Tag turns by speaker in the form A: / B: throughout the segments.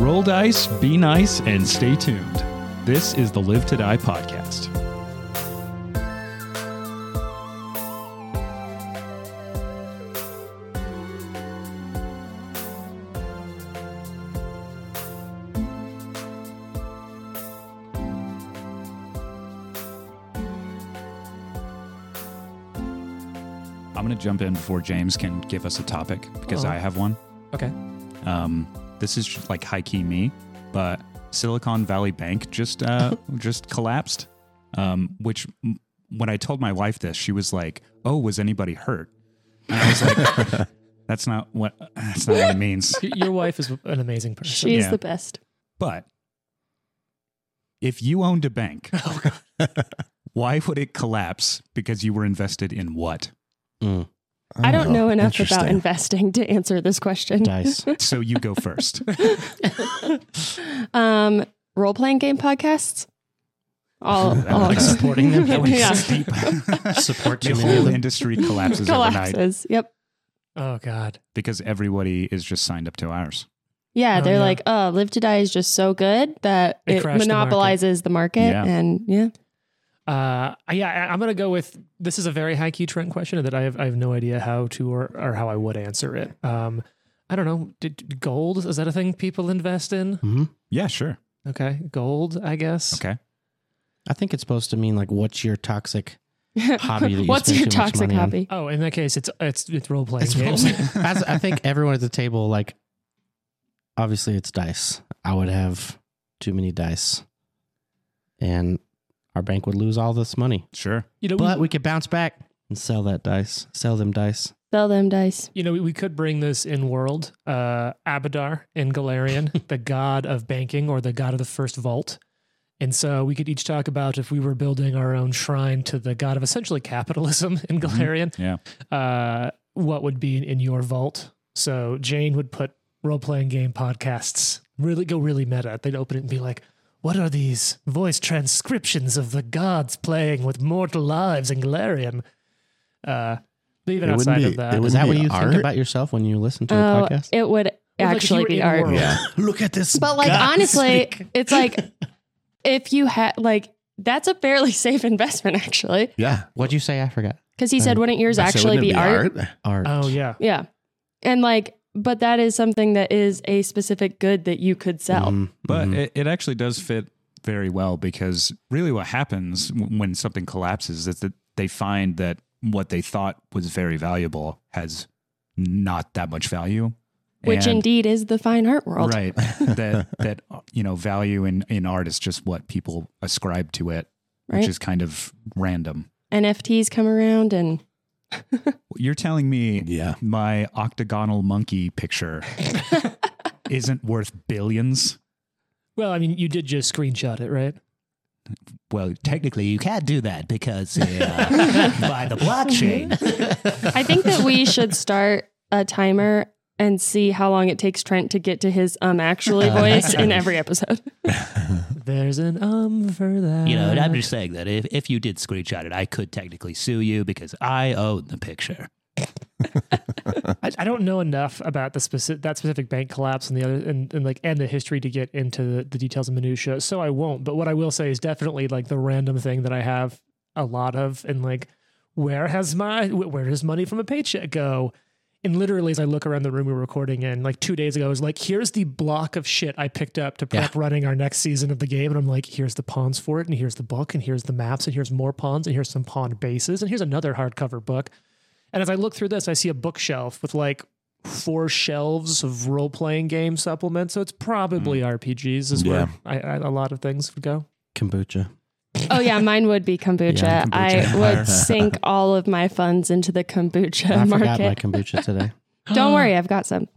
A: Roll dice, be nice, and stay tuned. This is the Live to Die podcast. I'm going to jump in before James can give us a topic because
B: Uh-huh.
A: I have one.
B: Okay.
A: Um, this is just like high key me, but Silicon Valley Bank just uh, just collapsed. Um, which m- when I told my wife this, she was like, "Oh, was anybody hurt?" And I was like, "That's not what that's not what it means."
B: Y- Your wife is an amazing person.
C: She's
A: Yeah.
C: the best.
A: But if you owned a bank, why would it collapse? Because you were invested in what?
C: I don't know enough about
D: Oh, Interesting.
C: investing to answer this question.
D: dice.
A: So you go first.
C: Um, role playing game podcasts. All,
A: That
C: all of
A: makes-
C: them.
B: supporting them, that makes
C: yeah.
B: sense.
A: Deep.
D: Support
A: the
D: too many of
A: whole
D: them.
A: industry collapses overnight
C: collapses. Yep.
B: Oh God.
A: because everybody is just signed up to ours.
C: Yeah,
B: Oh,
C: they're
B: yeah.
C: like, oh, Live to Die is just so good that
B: It
C: it,
B: crashed the market.
C: monopolizes the market,
A: Yeah.
C: and yeah,
B: Uh, I- yeah, I- I'm gonna go with this is a very high key trend question that I have I have no idea how to or, or how I would answer it. Um, I don't know. Did gold is that a thing people invest in?
D: Mhm.
A: Yeah, sure.
B: Okay, gold, I guess.
A: Okay.
D: I think it's supposed to mean like, what's your toxic? Hobby that you
C: What's
D: spend
C: your
D: too much
C: toxic
D: money on.
C: hobby?
B: Oh, in that case, it's it's it's role playing
D: It's
B: games.
D: role- As I think everyone at the table, like, obviously it's dice. I would have too many dice, and our bank would lose all this money.
A: Sure.
B: you know,
D: But
B: we,
D: we could bounce back and sell that dice. Sell them dice.
C: Sell them dice.
B: you know, we, we could bring this in world. Uh, Abadar in Galarian, the god of banking or the god of the first vault. And so we could each talk about if we were building our own shrine to the god of essentially capitalism in
E: Mm-hmm.
A: Mhm.
B: Galarian.
A: Yeah.
B: uh, what would be in, in your vault. So Jane would put role playing game podcasts, really go really meta. They'd open it and be like, what are these voice transcriptions of the gods playing with mortal lives in Galarian? Uh, but even
E: It wouldn't
B: outside
E: be-
B: of that,
E: it
D: Is
E: wouldn't
D: that
E: be
D: what you
E: art?
D: think about yourself when you listen to a
C: Oh,
D: podcast?
C: it would
B: if you
C: actually
B: were
C: be
B: in
C: art.
B: world.
E: Yeah. Look at this.
C: But like
E: guy
C: honestly,
E: speak.
C: it's like if you had like that's a fairly safe investment actually,
E: Yeah.
D: What'd you say? I forgot.
C: because he said, wouldn't yours
E: I said,
C: actually
E: wouldn't it
C: be, art?
D: Art.
B: Oh, yeah.
C: Yeah, and like, but that is something that is a specific good that you could sell.
D: Mhm,
A: But
D: mhm.
A: it, it actually does fit very well because really what happens w- when something collapses is that they find that what they thought was very valuable has not that much value.
C: which
A: Mm-hmm. And-
C: indeed is the fine art world.
A: Right. that that you know, value in, in art is just what people ascribe to it,
C: Right.
A: which is kind of random.
C: NFTs come around and
A: You're telling me
E: Yeah.
A: my octagonal monkey picture isn't worth billions?
B: Well, I mean, you did just screenshot it, right?
A: Well, technically, you can't do that because uh, by the blockchain.
C: I think that we should start a timer and see how long it takes Trent to get to his um actually
D: Uh,
C: voice in
D: actually.
C: every episode.
B: There's an um for that.
F: You know, and I'm just saying that if, if you did screenshot it, I could technically sue you because I own the picture.
B: I, I don't know enough about the specific that specific bank collapse and the other and, and like and the history to get into the, the details and minutia, so I won't. But what I will say is definitely like the random thing that I have a lot of, and like where has my wh- where does money from a paycheck go? And literally, as I look around the room we we're recording in, like two days ago, I was like, "Here's the block of shit I picked up to prep running our next season of the game," and I'm like, "Here's the pawns for it, and here's the book, and here's the maps, and here's more pawns, and here's some pawn bases, and here's another hardcover book." And as I look through this, I see a bookshelf with like four shelves of role playing game supplements. So it's probably
E: Hmm.
B: RPGs is where I, I, a lot of things would go.
D: Kombucha.
C: Oh yeah, mine would be kombucha.
D: Yeah,
C: I would sink all of my funds into the kombucha
D: I forgot my
C: market.
D: kombucha today.
C: Don't worry, I've got some.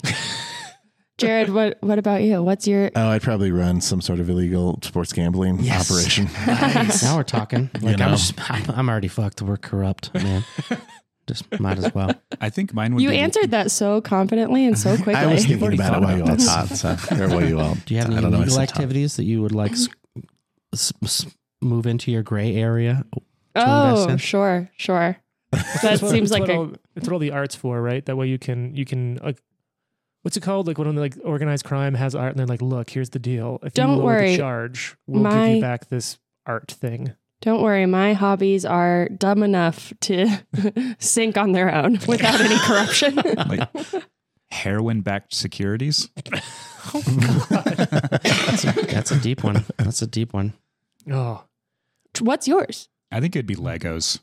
C: Jared, what what about you? What's your
E: Oh, I'd probably run some sort of illegal sports gambling
B: Yes.
E: operation.
D: now we're talking. Like
E: know.
D: I'm, just, I'm, I'm already fucked. We're corrupt, man. just might as well.
A: I think mine would
C: You
A: be
C: answered that so confidly and so quickly.
E: I was thinking
A: already
E: about
A: thought
E: it while
A: about
E: you all
A: this.
E: talked. So, or while you all.
D: Do you have
E: I
D: any
E: don't know, I
D: legal
E: said talk.
D: activities that you would like s- s- s- move into your gray area? invest
C: oh,
D: in.
C: sure, sure.
B: That's
C: That
B: what-
C: seems
B: that's
C: like
B: what
C: a
B: all, that's what all the arts for, right? That way you can you can like what's it called? Like when like organized crime has art, and they're like, "Look, here's the deal. If
C: Don't
B: you lower
C: worry.
B: the charge, we'll give
C: My-
B: you back this art thing."
C: Don't worry, my hobbies are dumb enough to sink on their own without any corruption.
A: Like heroin backed securities.
D: That's a, that's a deep one. That's a deep one.
B: Oh,
C: What's yours?
A: I think it'd be Legos.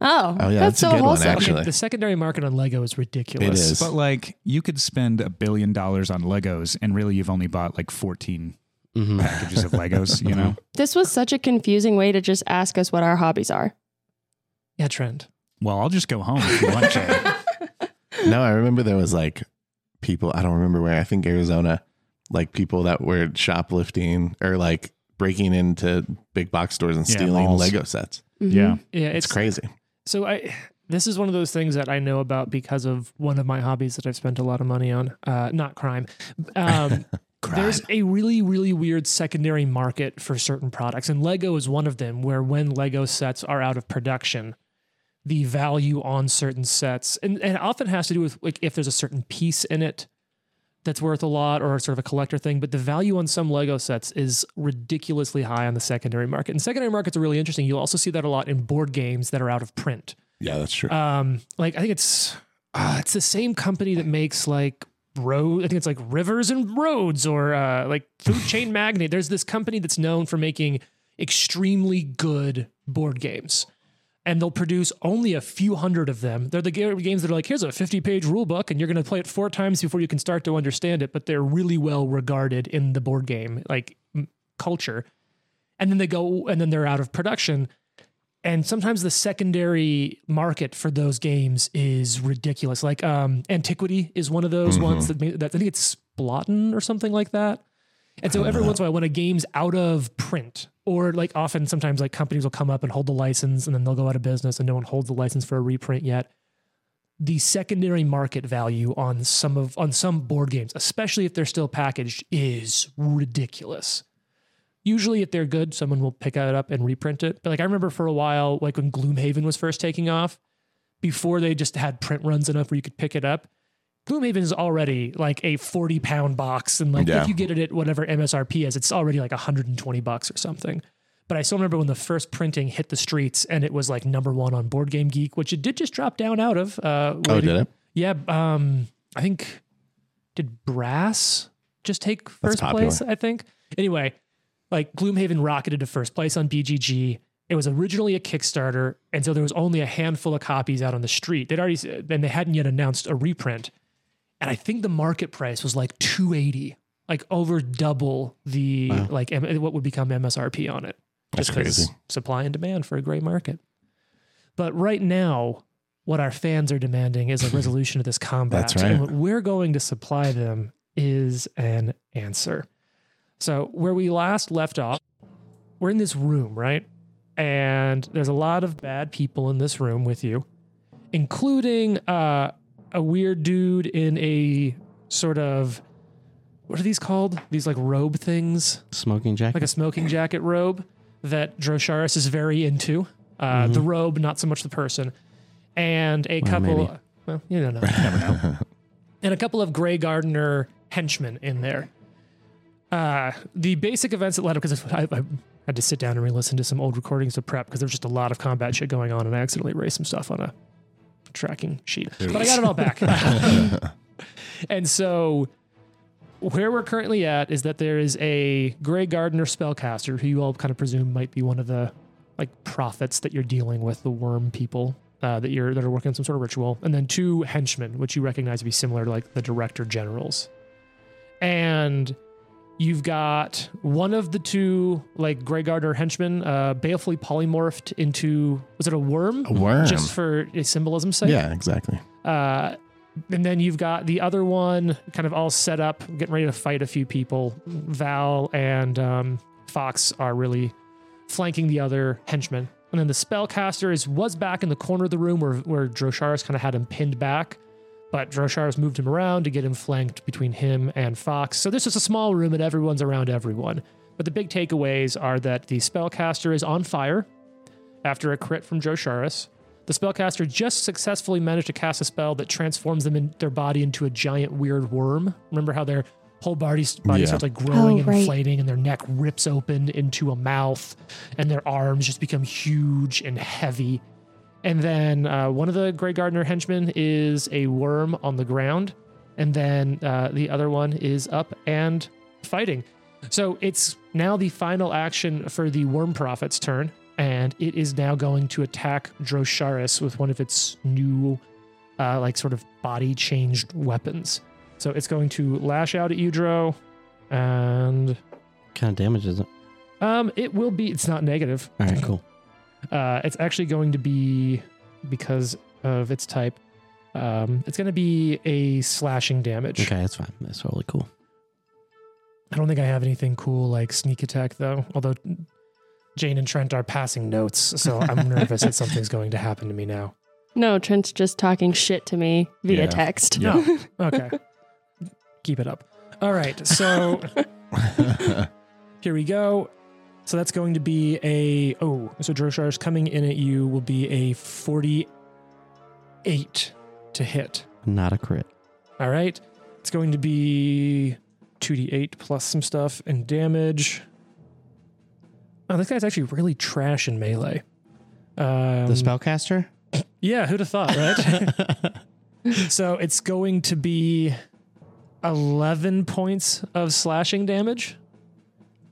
C: Oh,
E: Oh, yeah,
C: that's,
E: that's a
C: so
E: good one,
C: wholesome.
E: actually.
B: the secondary market on Lego is ridiculous.
E: It is.
A: But like you could spend a billion dollars on Legos and really you've only bought like 14
D: hmm
A: packages of Legos, you
E: Uh-huh.
A: know?
C: This was such a confusing way to just ask us what our hobbies are.
B: Yeah, trend.
A: Well, I'll just go home if you want to.
E: No, I remember there was like people, I don't remember where, I think Arizona, like people that were shoplifting or like breaking into big box stores and
A: Yeah,
E: stealing
A: malls.
E: Lego sets.
A: yeah.
B: Yeah, it's,
E: It's, crazy.
B: So I, this is one of those things that I know about because of one of my hobbies that I've spent a lot of money on. Uh, not crime. Um, There's a really, really weird secondary market for certain products, and Lego is one of them. Where when Lego sets are out of production, the value on certain sets, and, and it often has to do with like if there's a certain piece in it that's worth a lot or sort of a collector thing, but the value on some Lego sets is ridiculously high on the secondary market. And secondary markets are really interesting. You'll also see that a lot in board games that are out of print.
E: Yeah, that's true.
B: Um, like I think it's uh, it's the same company that makes like road. I think it's like Rivers and Roads or uh, like Food Chain Magnate. There's this company that's known for making extremely good board games. And they'll produce only a few hundred of them. They're the ga- games that are like, here's a 50 page rule book, and you're going to play it four times before you can start to understand it. But they're really well regarded in the board game like m- culture. And then they go, and then they're out of production and sometimes the secondary market for those games is ridiculous. Like um, Antiquity is one of those ones that, made, that I think it's Splotton or something like that. And so every once in a while, when a game's out of print, or like often sometimes like companies will come up and hold the license and then they'll go out of business and no one holds the license for a reprint yet. The secondary market value on some of on some board games, especially if they're still packaged, is ridiculous usually if they're good, someone will pick it up and reprint it. But like I remember for a while, like when Gloomhaven was first taking off, before they just had print runs enough where you could pick it up. Gloomhaven is already like a 40 pound box. And like
E: Yeah.
B: if you get it at whatever MSRP is, it's already like 120 bucks or something. But I still remember when the first printing hit the streets and it was like number one on Board Game Geek, which it did just drop down out of. Uh,
E: oh,
B: waiting-
E: did it?
B: yeah, um, I think did Brass just take first
E: popular.
B: place? I think. Anyway, like Gloomhaven rocketed to first place on BGG. It was originally a Kickstarter, and so there was only a handful of copies out on the street. They'd already and they hadn't yet announced a reprint, and I think the market price was like two eighty, like over double the
D: Wow.
B: like M- what would become MSRP on it.
E: That's
B: Just 'cause
E: crazy.
B: Supply and demand for a gray market. But right now, what our fans are demanding is a resolution to this combat.
E: That's right.
B: And what we're going to supply them is an answer. So, where we last left off, we're in this room, right? And there's a lot of bad people in this room with you, including uh, a weird dude in a sort of what are these called? These like robe things?
D: Smoking jacket.
B: like a smoking jacket robe that Drosharis is very into. Uh, The robe, not so much the person, and a
D: Mm-hmm.
B: couple.
D: Well, maybe.
B: Well, you don't know, you never know. and a couple of Grey Gardener henchmen in there. Uh, the basic events that led up because I, I had to sit down and re-listen to some old recordings to prep because there was just a lot of combat shit going on, and I accidentally erased some stuff on a tracking sheet, but I got it all back. and so where we're currently at is that there is a Grey Gardener spellcaster who you all kind of presume might be one of the like prophets that you're dealing with, the worm people uh, that you're that are working on some sort of ritual, and then two henchmen, which you recognize to be similar to like the director generals, and you've got one of the two like Grey Gardener henchmen, uh, balefully polymorphed into was it a worm?
E: A worm.
B: Just for a symbolism's sake.
E: yeah, exactly.
B: Uh, and then you've got the other one kind of all set up, getting ready to fight a few people. Val and um, Fox are really flanking the other henchman. And then the spellcaster is was back in the corner of the room where, where Drosharis kind of had him pinned back. But Drosharis moved him around to get him flanked between him and Fox. So this is a small room and everyone's around everyone. But the big takeaways are that the spellcaster is on fire after a crit from Drosharis. The spellcaster just successfully managed to cast a spell that transforms them in their body into a giant weird worm. Remember how their whole body, body
E: Yeah.
B: starts like growing
C: Oh,
B: and
C: right.
B: inflating, and their neck rips open into a mouth, and their arms just become huge and heavy. And then uh, one of the Grey Gardener henchmen is a worm on the ground, and then uh, the other one is up and fighting. So it's now the final action for the Worm Prophet's turn, and it is now going to attack Drosharis with one of its new, uh, like, sort of body changed weapons. So it's going to lash out at you, Dro, and
D: kind of damage is it?
B: um, it will be. It's not negative.
D: All right, cool.
B: Uh, it's actually going to be because of its type. Um, it's going to be a slashing damage.
D: Okay, that's fine. That's totally cool.
B: I don't think I have anything cool like sneak attack though. Although Jane and Trent are passing notes, so I'm nervous that something's going to happen to me now.
C: No, Trent's just talking shit to me via
E: Yeah.
C: text.
B: No. Okay. Keep it up. All right. So here we go. So that's going to be a oh, so Droshar's coming in at you will be a 48 to hit.
D: Not a crit.
B: All right. It's going to be 2d8 plus some stuff and damage. Oh, this guy's actually really trash in melee. Um,
D: The spellcaster?
B: Yeah, who'd have thought, right? so it's going to be 11 points of slashing damage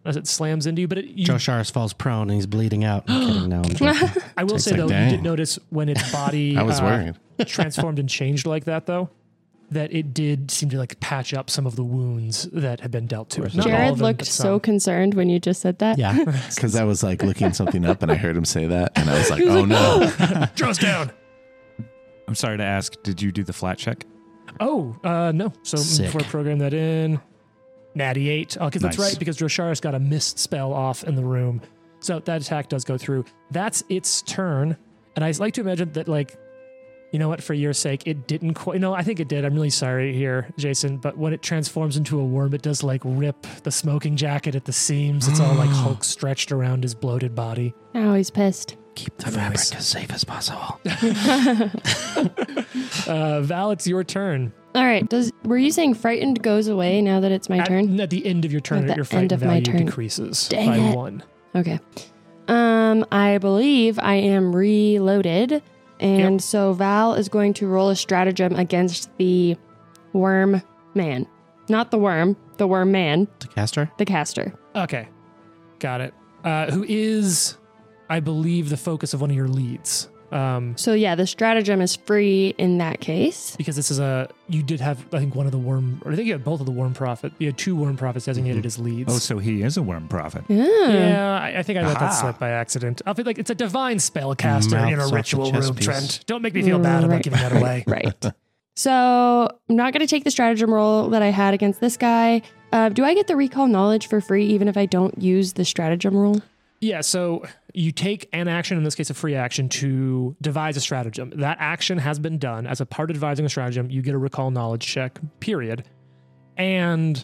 B: as it slams into you. But it, you,
D: Joe Sharis falls prone and he's bleeding out. I'm kidding. No, I'm joking.
B: I will say,
E: like,
B: though, you did
E: dang.
B: notice when its body
E: I was
B: uh,
E: worried.
B: transformed and changed like that, though. That it did seem to like patch up some of the wounds that had been dealt to it. Not all of
C: Jared
B: them,
C: looked
B: but
C: so
B: some.
C: concerned when you just said that.
D: Yeah.
E: Because I was like looking something up and I heard him say that and I was like, oh no.
B: Draws down.
A: I'm sorry to ask, did you do the flat check?
B: Oh, uh, no. So
D: Sick.
B: before I program that in, Natty 8. Oh, because that's
A: Nice.
B: right, because Drosharis got a missed spell off in the room. So that attack does go through. That's its turn. And I like to imagine that, like, you know what, for your sake, it didn't quite. No, I think it did. I'm really sorry here, Jason. But when it transforms into a worm, it does, like, rip the smoking jacket at the seams. It's all, like, Hulk stretched around his bloated body.
C: Now he's pissed.
D: Keep the fabric as safe as possible.
B: Uh, Val, it's your turn.
C: All right. Does were you saying frightened goes away now that it's my
B: at,
C: turn?
B: At the end of your turn,
C: At the
B: your
C: end
B: fright
C: of my
B: value
C: turn.
B: decreases
C: Dang
B: by
C: it.
B: one.
C: Okay. Um, I believe I am reloaded, and so Val is going to roll a stratagem against the worm man, not the worm, the worm man,
D: The caster?
C: the caster.
B: Okay. Got it. Uh, who is, I believe, the focus of one of your leads. Um,
C: So yeah, the stratagem is free in that case.
B: because this is a, you did have, I think, one of the worm, or I think you had both of the worm prophet. You had two worm prophets
D: Mm-hmm.
B: designated as leads.
A: Oh, so he is a worm prophet.
C: Yeah.
D: Hmm.
B: yeah, I, I think I let that
A: Aha.
B: slip by accident. I feel like it's a divine spellcaster
D: Mouths
B: in a
D: off the
B: ritual
D: chess
B: room,
D: piece.
B: Trent. Don't make me feel bad about
C: Right,
B: giving that away.
C: Right. so I'm not going to take the stratagem roll that I had against this guy. Uh, do I get the recall knowledge for free even if I don't use the stratagem roll?
B: Yeah, so you take an action, in this case a free action, to devise a stratagem. That action has been done. As a part of devising a stratagem, you get a recall knowledge check, period. And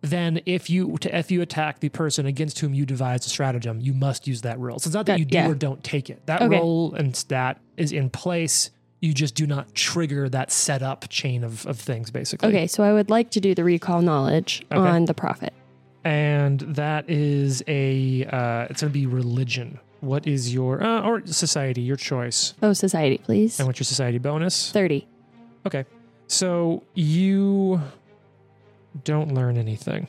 B: then if you to, if you attack the person against whom you devised a stratagem, you must use that roll. So it's not that,
C: That-
B: you do
C: yeah.
B: or don't take it. That
C: Okay.
B: roll and stat is in place. You just do not trigger that setup chain of, of things, basically.
C: Okay, so I would like to do the recall knowledge
B: Okay.
C: on the prophet.
B: and that is a uh, it's going to be religion. What is your uh, or society? Your choice.
C: Oh, society, please.
B: And what's your society bonus?
C: 30.
B: Okay, so you don't learn anything.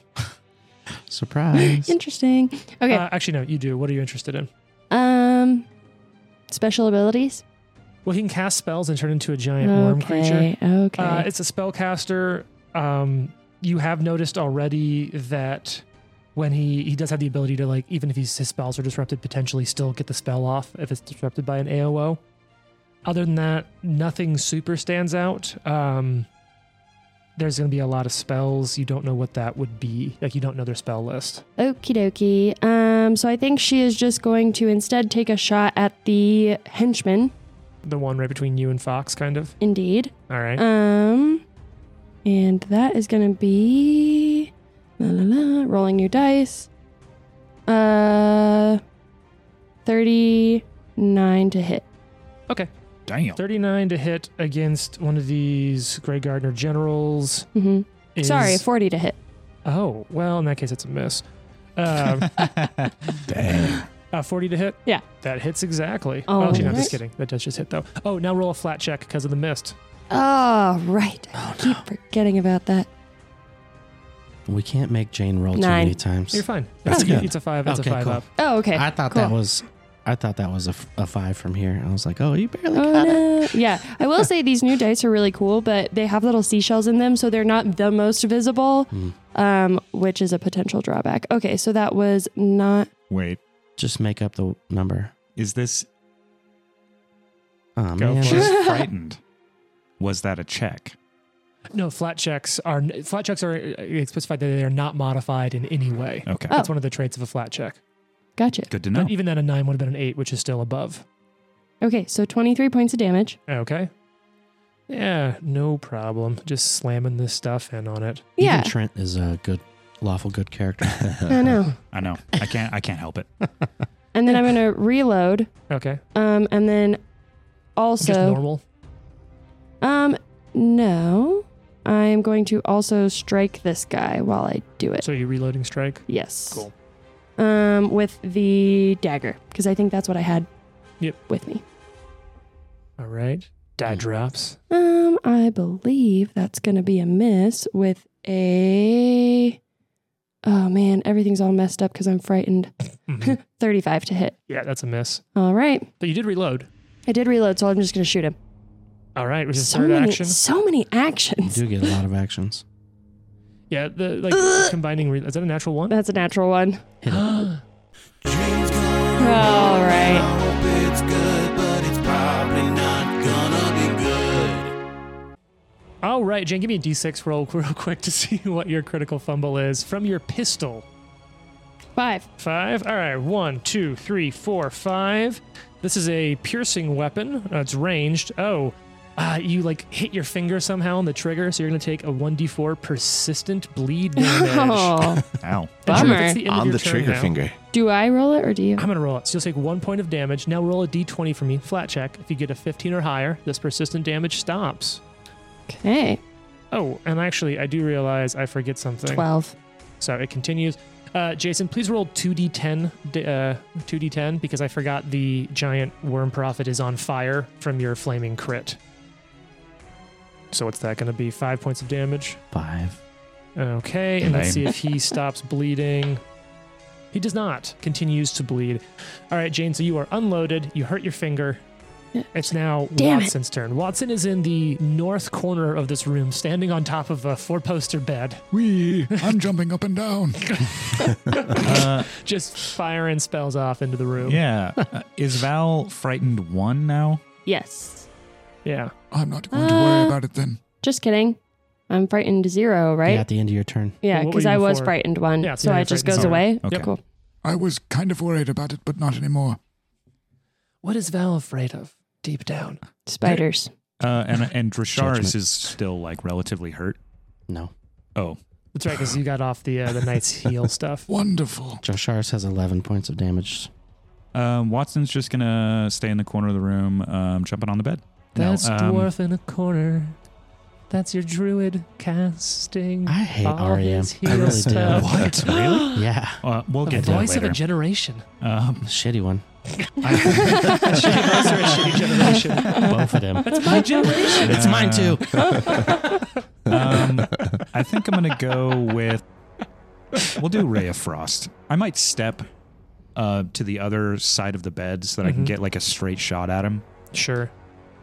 D: Surprise.
C: Interesting. Okay.
B: Uh, actually, no, you do. What are you interested in?
C: um special abilities?
B: Well, he can cast spells and turn into a giant worm creature.
C: Okay. Okay.
B: Uh, it's a spellcaster. Um, you have noticed already that when he he does have the ability to like even if he's, his spells are disrupted, potentially still get the spell off if it's disrupted by an AOO. Other than that, nothing super stands out. Um, there's going to be a lot of spells. You don't know what that would be. Like you don't know their spell list.
C: Okie dokie. Um, so I think she is just going to instead take a shot at the henchman.
B: The one right between you and Fox, kind of.
C: Indeed.
B: All right.
C: Um, and that is gonna be la la la. Rolling your dice. Uh, thirty-nine to hit.
B: Okay.
A: Damn.
B: 39 to hit against one of these Grey Gardener generals.
C: hmm
B: Is,
C: Sorry, 40 to hit.
B: Oh, well, in that case, it's a miss. Um,
E: Dang.
B: uh, 40 to hit?
C: Yeah.
B: That hits exactly.
C: All
B: oh, actually, no, just
C: right.
B: kidding. That does just hit, though. Oh, now roll a flat check because of the mist.
C: Oh, right. I keep forgetting about that.
D: We can't make Jane roll too
C: Nine.
D: many times.
B: You're fine.
E: That's
B: It's-
E: good.
B: It's a five. That's
D: Okay,
B: a five
D: cool.
B: up.
C: Oh, okay.
D: I thought that was, I thought that was a, f- a five from here. I was like, oh, you barely
C: Oh,
D: got it.
C: no. Yeah, I will say these new dice are really cool, but they have little seashells in them, so they're not the most visible,
D: Hmm.
C: um, which is a potential drawback. Okay, so that was not.
A: Wait,
D: Just make up the number.
A: is this
D: Oh,
A: go
D: man.
A: for
D: that's-
A: it. frightened? Was that a check?
B: No, flat checks are flat checks are uh, specified that they are not modified in any way.
A: Okay,
C: Oh.
B: That's one of the traits of a flat check.
C: Gotcha.
A: good to know.
B: But even then, a nine would have been an eight, which is still above.
C: Okay, so 23 points of damage.
B: Okay. Yeah, no problem. Just slamming this stuff in on it.
C: Yeah.
D: Even Trent is a good, lawful good character.
C: I know.
A: I know. I can't. I can't help it.
C: And then I'm going to reload.
B: Okay.
C: Um, and then
B: Just
C: also.
B: normal.
C: Um, no. I'm going to also strike this guy while I do it.
B: So you're reloading strike.
C: Yes.
B: Cool.
C: Um, with the dagger, because I think that's what I had
B: Yep.
C: with me.
B: All right. Die drops.
C: Um, I believe that's gonna be a miss with a. Oh man, everything's all messed up because I'm frightened.
B: Mhm.
C: Thirty-five to hit.
B: yeah, that's a miss.
C: All right,
B: But you did reload.
C: I did reload, so I'm just gonna shoot him.
B: All right, which is
C: So
B: third
C: many,
B: action.
C: so many
D: you
C: actions.
D: do get a lot of actions.
B: Yeah, the like
C: Ugh.
B: combining. Re- is that a natural one?
C: That's a natural one.
D: Hit it.
C: All right.
B: All right, Jen, give me a d6 roll real quick to see what your critical fumble is from your pistol.
C: Five.
B: Five. All right. One, two, three, four, five. This is a piercing weapon. Uh, it's ranged. Oh, uh, you like hit your finger somehow on the trigger, so you're gonna take a 1d4 persistent bleed damage.
C: Oh,
A: Ow.
B: And Drew,
C: bummer.
B: that's end of
E: On
B: your
E: the
B: turn
E: trigger
B: now.
E: finger.
C: do I roll it or do you?
B: I'm gonna roll it. So you'll take one point of damage. Now roll a d20 for me. Flat check. If you get a 15 or higher, this persistent damage stops.
C: Okay.
B: Oh, and actually, I do realize I forget something.
C: Twelve.
B: So it continues. Uh, Jason, please roll 2d10, d- uh, 2d10, because I forgot the giant worm prophet is on fire from your flaming crit. So what's that going to be? Five points of damage.
D: Five.
B: Okay, and let's see
A: Lame.
B: if he stops bleeding. He does not. Continues to bleed. All right, Jane. So you are unloaded. You hurt your finger.
C: Yeah.
B: It's now
C: Damn it.
B: Watson's turn. Watson is in the north corner of this room, standing on top of a four-poster bed.
A: Wee. I'm jumping up and down. uh,
B: just firing spells off into the room.
A: yeah. Uh, is Val frightened one now?
C: Yes.
B: Yeah.
A: I'm not
C: going to worry Uh,
A: about it then.
C: Just kidding. I'm frightened zero,
D: Yeah,
C: right?
D: at the end of your turn.
B: Well,
C: Yeah,
B: what
C: because
B: were you
C: I was
B: before?
C: frightened one,
B: Yeah, so
C: so
B: now
C: I
B: you're
C: just
B: frightened
C: goes
A: zero.
C: away.
A: Okay.
C: Yeah, cool.
G: I was kind of worried about it, but not anymore.
B: What is Val afraid of deep down?
C: Spiders.
A: Uh, and and Drasharis
D: Judgment.
A: is still like relatively hurt.
D: No.
A: Oh,
B: That's right, because you got off the uh, the knight's heel stuff.
G: Wonderful.
D: Josharis has 11 points of damage.
A: um, Watson's just gonna stay in the corner of the room, um, jumping on the bed. No,
B: That's
A: um,
B: dwarf in a corner. That's your druid casting.
D: I hate
B: all
D: REM.
B: his
D: I
B: heel
D: really do.
B: stuff.
A: What? Really?
D: Yeah.
A: Uh, we'll
B: The
A: get to that
B: voice of a
A: later.
B: generation.
A: um,
D: Shitty one.
B: Shitty voice or a shitty generation.
D: Both of them.
B: That's my generation.
D: It's mine too.
A: um, I think I'm gonna go with. We'll do Ray of Frost. I might step uh, to the other side of the bed so that I can
B: Mhm.
A: get like a straight shot at him.
B: Sure.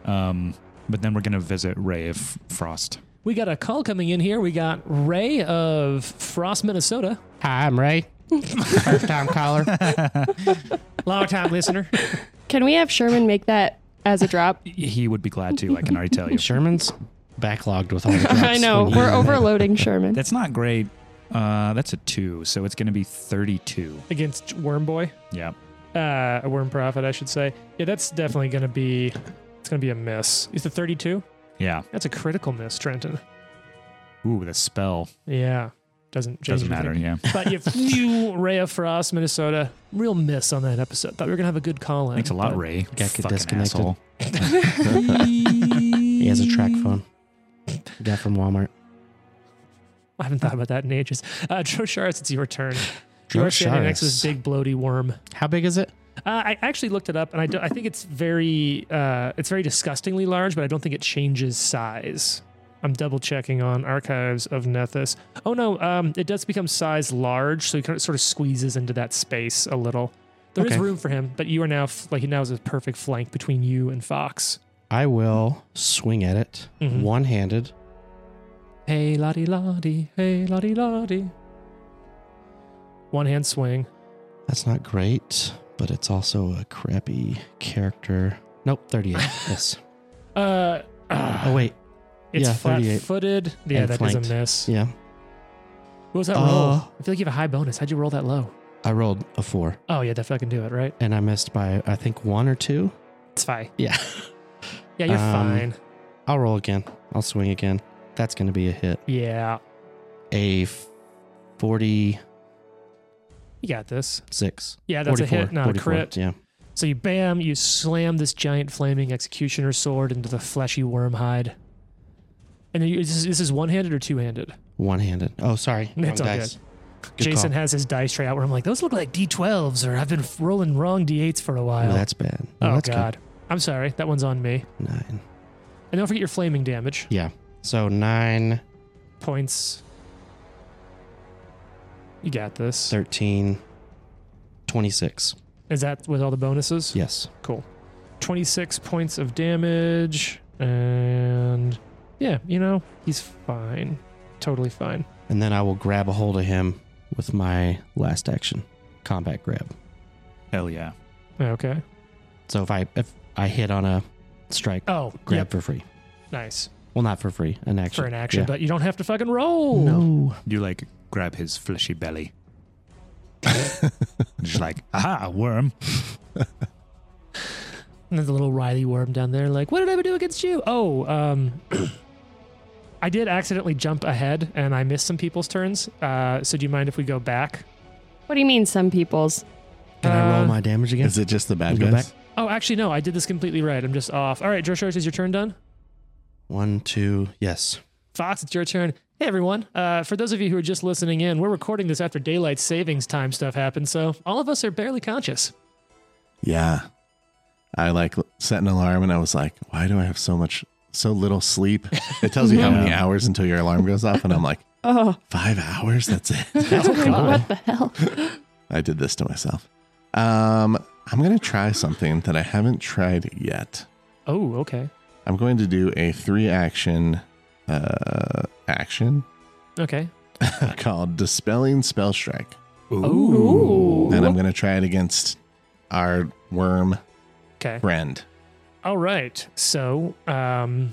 A: Um, but then we're gonna visit Ray of Frost.
B: We got a call coming in here. We got Ray of Frost, Minnesota.
D: Hi, I'm Ray. First time caller.
B: Long time listener.
C: Can we have Sherman make that as a drop?
A: He would be glad to. I can already tell you.
D: Sherman's backlogged with all the drops
C: I know
D: we
C: we're
D: need.
C: overloading Sherman.
A: That's not great. Uh, that's a two, so it's gonna be thirty-two.
B: Against Worm Boy.
A: Yeah.
B: uh, a worm profit, I should say. Yeah, that's definitely going to be it's going to be a miss. Is the 32?
A: Yeah.
B: That's a critical miss, Trenton.
A: Ooh, the spell.
B: Yeah. doesn't change
A: Doesn't matter.
B: anything.
A: Yeah.
B: But you, phew, Ray of Frost, Minnesota. Real miss on that episode. Thought we were gonna have a good call in.
A: Thanks a lot,
B: but-
A: Ray.
D: get
A: Fucking
D: disconnected.
A: asshole.
D: He has a track phone. He Got from Walmart.
B: I haven't thought about that in ages. Uh, Drosharis, it's your turn. You're standing next to this
D: Drosharis.
B: big bloaty worm.
D: How big is it?
B: Uh, I actually looked it up, and I, don't- I think it's very uh, it's very disgustingly large, but I don't think it changes size. I'm double checking on archives of Nethus. Oh no, um, it does become size large, so he kind of sort of squeezes into that space a little. There is
D: Okay.
B: room for him, but you are now f- like now is a perfect flank between you and Fox.
D: I will swing at it
B: Mhm.
D: one handed.
B: Hey la di la di, hey la di la di. One hand swing.
D: That's not great, but it's also a crappy character. Nope, 38. yes.
B: Uh, ah,
D: Oh, wait.
B: it's
D: yeah, 38.
B: flat-footed. Yeah,
D: And
B: that is
D: flanked.
B: a miss.
D: Yeah.
B: What was that
D: Uh,
B: roll? I feel like you have a high bonus. How'd you roll that low?
D: I rolled a four
B: Oh yeah, that fucking do it, right?
D: and I missed by, I think, one or two.
B: It's fine.
D: Yeah.
B: Yeah, you're
D: Um,
B: fine.
D: I'll roll again. I'll swing again. That's going to be a hit.
B: Yeah,
D: A f- 46.
B: you got this. Yeah, that's a
D: 44,
B: hit, not a
D: 44,
B: crit.
D: Yeah.
B: So you bam, you slam this giant flaming executioner sword into the fleshy worm hide. And then you, is this, this is one handed or two handed?
D: One handed. Oh, sorry.
B: It's
D: Wrong
B: all
D: dice. Good
B: Jason
D: call.
B: has his dice tray out where I'm like, those look like D12s, or I've been f- rolling wrong D8s for a while.
D: Oh, that's bad.
B: oh,
D: that's good.
B: God. I'm sorry. That one's on me.
D: Nine.
B: And don't forget your flaming damage
D: Yeah. So nine,
B: points. You got this.
D: 13, 26.
B: Is that with all the bonuses?
D: Yes.
B: Cool. 26 points of damage. And yeah, you know, he's fine. Totally fine.
D: And then I will grab a hold of him with my last action combat grab.
A: Hell yeah.
B: Okay.
D: So if I if I hit on a strike,
B: Oh,
D: grab
B: yep.
D: for free.
B: Nice.
D: Well, not for free, an action.
B: For an action,
D: Yeah.
B: but you don't have to fucking roll.
D: no.
A: You like grab his fleshy belly. Just like, aha, worm.
B: And there's a little Riley worm down there, like, what did I ever do against you? Oh, um, I did accidentally jump ahead and I missed some people's turns. Uh, so do you mind if we go back?
C: What do you mean, some people's?
D: Can I roll
B: Uh,
D: my damage again?
E: Is it just the bad
D: Go
E: guys?
D: back.
B: Oh, actually, no, I did this completely right. I'm just off. All right, Drosharis, is your turn done?
D: One, two, yes.
B: Fox, it's your turn. Hey, everyone. Uh, for those of you who are just listening in, we're recording this after daylight savings time stuff happened, so all of us are barely conscious.
E: Yeah. I like set an alarm and I was like, why do I have so much, so little sleep? It tells you how many
A: Yeah.
E: hours until your alarm goes off. And I'm like,
C: Oh,
E: five hours? That's it.
C: what the hell?
E: I did this to myself. Um, I'm going to try something that I haven't tried yet.
B: Oh, okay.
E: I'm going to do a three action uh, action
B: Okay.
E: called Dispelling Spell Strike.
C: Ooh.
E: And I'm going to try it against our worm
B: Okay.
E: friend.
B: All right. So, um,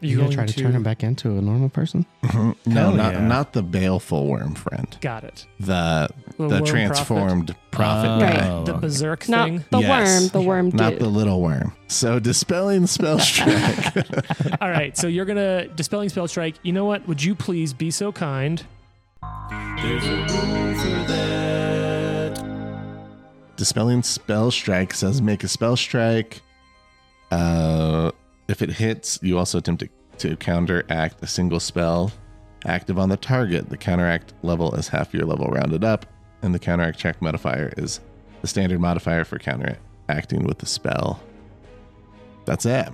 D: You
B: you're
D: gonna
B: going
D: try to turn him back into a normal person?
E: no,
A: Hell
E: not,
A: yeah.
E: not the baleful worm friend.
B: Got it.
E: The
B: Little
E: the
B: worm
E: transformed prophet,
A: Oh,
E: guy,
B: prophet, the
A: okay.
B: berserk thing.
C: Not the
E: Yes.
C: worm. The worm
E: not
C: dude.
E: the little worm. So dispelling spell strike.
B: all right. So you're gonna dispelling spell strike. You know what? Would you please be so kind?
E: dispelling spell strike says make a spell strike. Uh, if it hits, you also attempt to, to counteract a single spell active on the target. The counteract level is half your level rounded up, and the counteract check modifier is the standard modifier for counteracting with the spell. That's it.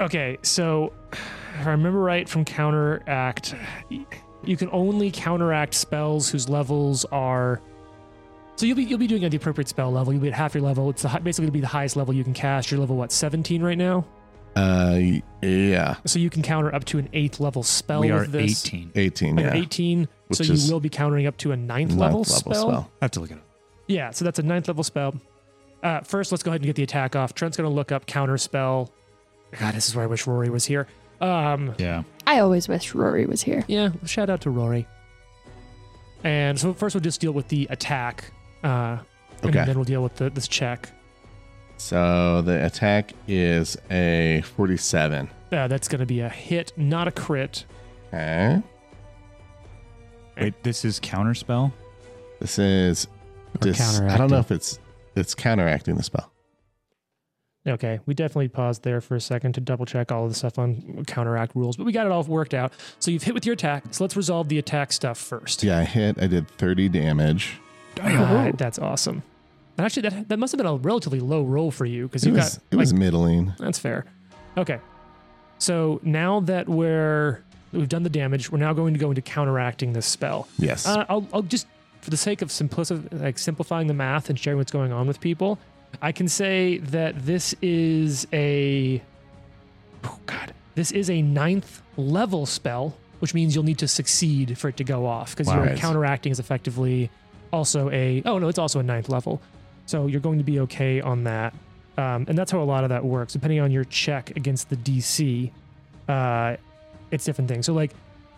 B: Okay, so if I remember right from counteract, y- you can only counteract spells whose levels are. So you'll be you'll be doing at the appropriate spell level. You'll be at half your level. It's the, hi- basically it'll be the highest level you can cast. Your level what seventeen right now,
E: Uh, y- yeah,
B: so you can counter up to an eighth level spell.
A: we are
B: with this.
A: 18.
E: eighteen.
B: Or
E: Yeah,
B: eighteen. so
E: Which
B: you
E: is
B: will be countering up to a ninth,
E: Ninth
B: level, spell.
A: I have to look at it.
B: Yeah, so that's a ninth level spell. Uh, first, let's go ahead and get the attack off. Trent's going to look up counter spell. God, this is where I wish Rory was here. Um,
A: Yeah.
C: I always wish Rory was here.
B: Yeah, shout out to Rory. And so first we'll just deal with the attack, uh, and
E: Okay.
B: then we'll deal with the, this check.
E: So the attack is a forty-seven.
B: Uh, that's going to be a hit, not a crit.
E: Okay.
A: Wait, this is counterspell?
E: This is dis- I don't know if it's it's counteracting the spell.
B: Okay, we definitely paused there for a second to double check all of the stuff on counteract rules, but we got it all worked out. So you've hit with your attack. So let's resolve the attack stuff first.
E: Yeah, I hit. I did 30 damage.
B: God, that's awesome. And actually, that that must have been a relatively low roll for you because
E: It
B: you
E: was,
B: got
E: it was middling.
B: That's fair. Okay. So now that we're we've done the damage, we're now going to go into counteracting this spell.
E: Yes.
B: Uh, I'll, I'll just for the sake of simplici- like simplifying the math and sharing what's going on with people, I can say that this is a oh god, this is a ninth level spell, which means you'll need to succeed for it to go off because
E: Wow.
B: your
E: Right.
B: counteracting is effectively also a oh no, it's also a ninth level, so you're going to be okay on that. Um, and that's how a lot of that works. Depending on your check against the DC, uh, it's different things. So like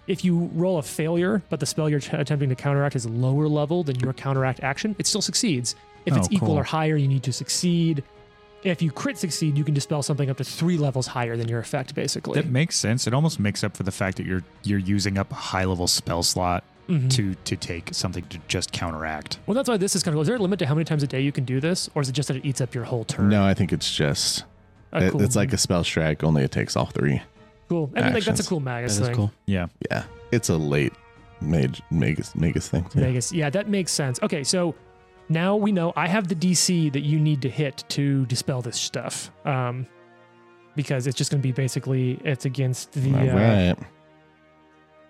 B: if you roll a failure, but the spell you're ch- attempting to counteract is lower level than your counteract action, it still succeeds. If it's
A: Oh,
B: equal
A: cool.
B: or higher, you need to succeed. If you crit succeed, you can dispel something up to three levels higher than your effect, basically.
A: That makes sense. It almost makes up for the fact that you're you're using up a high level spell slot
B: Mhm.
A: to to take something to just counteract.
B: well, that's why this is kind of cool. Is there a limit to how many times a day you can do this, or is it just that it eats up your whole turn?
E: no, I think it's just
B: A
E: it-
B: cool-
E: it's like a spell strike. Only it takes all three.
B: cool. I mean, like that's a
E: actions.
B: cool Magus
D: That is
B: thing.
D: cool.
A: Yeah.
E: Yeah, it's a late mage magus magus thing. Too.
B: Magus. Yeah, that makes sense. Okay, so now we know I have the DC that you need to hit to dispel this stuff. Um, because it's just going to be basically it's against the
E: All
B: uh,
E: right,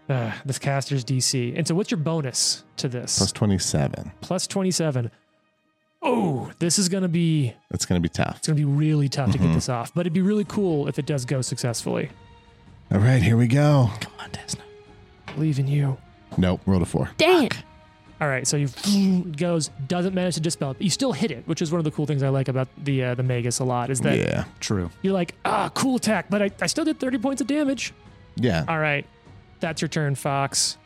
B: uh, this caster's DC. And so, what's your bonus to this?
E: plus twenty-seven.
B: Plus twenty-seven. Oh, this is going to be
E: That's gonna be tough.
B: it's going to be really tough to
E: Mm-hmm.
B: get this off, but it'd be really cool if it does go successfully.
E: All right, here we go.
D: Come on, Desna.
B: Believe in you.
E: Nope, rolled a four.
C: Dang it.
B: All right, so you goes doesn't manage to dispel it. But you still hit it, which is one of the cool things I like about the uh, the Magus a lot. Is that
E: yeah,
A: True.
B: You're like, ah, cool attack, but I, I still did 30 points of damage.
E: yeah.
B: All right. That's your turn, Fox.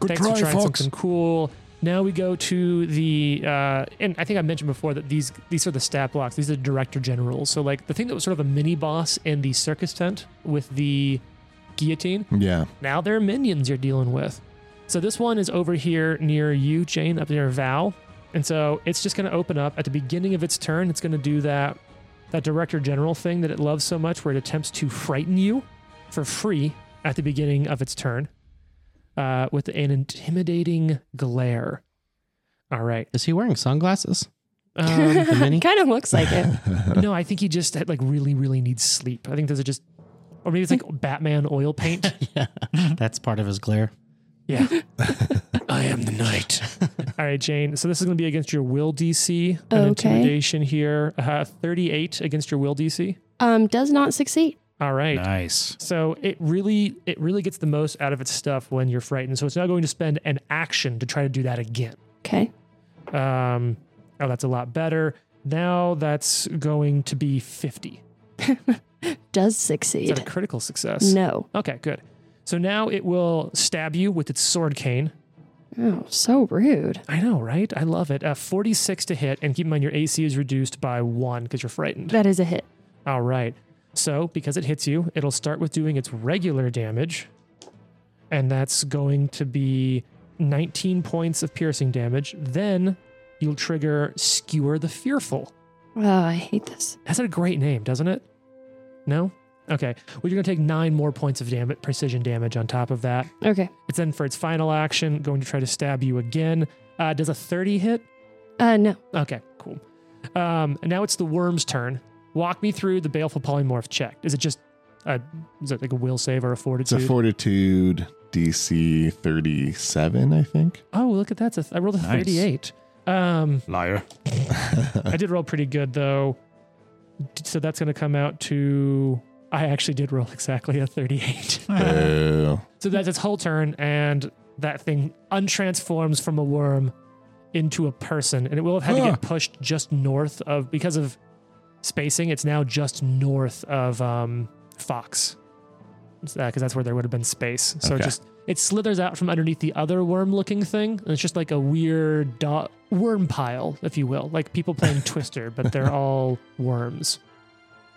G: Good
B: Thanks for
G: try,
B: trying
G: Fox.
B: something cool. Now we go to the uh, and I think I mentioned before that these these are the stat blocks. These are director generals. So like the thing that was sort of a mini boss in the circus tent with the guillotine.
E: Yeah,
B: Now they're minions you're dealing with. So this one is over here near you, Jane, up near Val. And so it's just going to open up at the beginning of its turn. It's going to do that that director general thing that it loves so much, where it attempts to frighten you for free at the beginning of its turn uh, with an intimidating glare. All right.
D: Is he wearing sunglasses?
B: Um,
D: mini?
C: kind of looks like it.
B: no, I think he just had, like really, really needs sleep. I think those are just, or maybe it's like Batman oil paint.
D: yeah, that's part of his glare.
B: Yeah. I am the knight. All right, Jane. So this is going to be against your will DC. An
C: Okay.
B: intimidation here. Uh, 38 against your will DC.
C: Um, does not succeed.
B: All right.
A: Nice.
B: So it really it really gets the most out of its stuff when you're frightened. So it's now going to spend an action to try to do that again.
C: Okay.
B: Um, oh, that's a lot better. Now that's going to be 50.
C: Does
B: Is that a
C: succeed.
B: critical success?
C: No.
B: Okay, good. So now it will stab you with its sword cane.
C: Oh, so rude.
B: I know, right? I love it. Uh, 46 to hit, and keep in mind your AC is reduced by one because you're frightened.
C: That is a hit.
B: All right. So, because it hits you, it'll start with doing its regular damage, and that's going to be 19 points of piercing damage. Then you'll trigger Skewer the Fearful.
C: Oh, I hate this.
B: That's a great name, doesn't it? No? Okay. Well, you're going to take nine more points of damage, precision damage on top of that.
C: Okay.
B: It's then for its final action, going to try to stab you again. Uh, does a 30 hit?
C: Uh, no.
B: Okay, cool. Um, and now it's the worm's turn. Walk me through the baleful polymorph check. Is it just a, is it like a will save or a
E: it's a
B: fortitude?
E: fortitude DC thirty-seven, I think.
B: oh, look at that! It's a- I rolled a
A: Nice.
B: thirty-eight. Um,
A: Liar.
B: I did roll pretty good though, D- so that's going to come out to. I actually did roll exactly a thirty-eight.
D: Ah.
E: Oh,
B: so that's its whole turn, and that thing untransforms from a worm into a person, and it will have had to get pushed just north of because of spacing. It's now just north of um, Fox, because that's where there would have been space. So it
E: Okay.
B: just it slithers out from underneath the other worm-looking thing, and it's just like a weird do- worm pile, if you will, like people playing Twister, but they're all worms.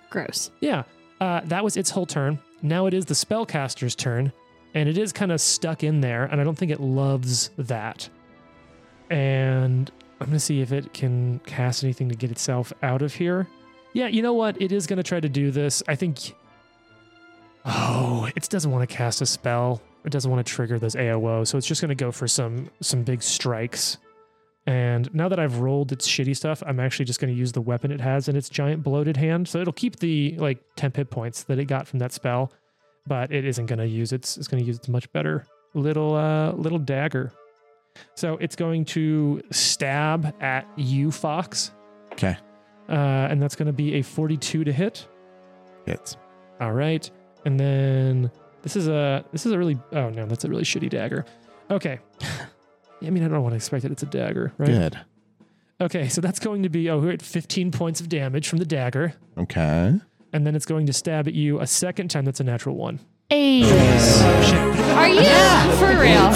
C: Gross.
B: Yeah, uh, that was its whole turn. Now it is the spellcaster's turn, and it is kind of stuck in there, and I don't think it loves that. And I'm gonna see if it can cast anything to get itself out of here. Yeah, you know what? It is gonna try to do this. I think. Oh, it doesn't want to cast a spell. It doesn't want to trigger those AOO, so it's just gonna go for some some big strikes. And now that I've rolled its shitty stuff, I'm actually just going to use the weapon it has in its giant bloated hand. So it'll keep the like temp hit points that it got from that spell, but it isn't going to use its. It's going to use its much better little uh, little dagger. So it's going to stab at you, Fox,
E: Okay.
B: uh, and that's going to be a 42 to hit.
E: Hits.
B: All right, and then this is a this is a really oh no that's a really shitty dagger. Okay, I mean I don't want to expect it. It's a dagger, right?
E: Good.
B: Okay, so that's going to be oh, we're at 15 points of damage from the dagger,
E: Okay.
B: and then it's going to stab at you a second time. That's a natural one.
C: Hey. Are you for real?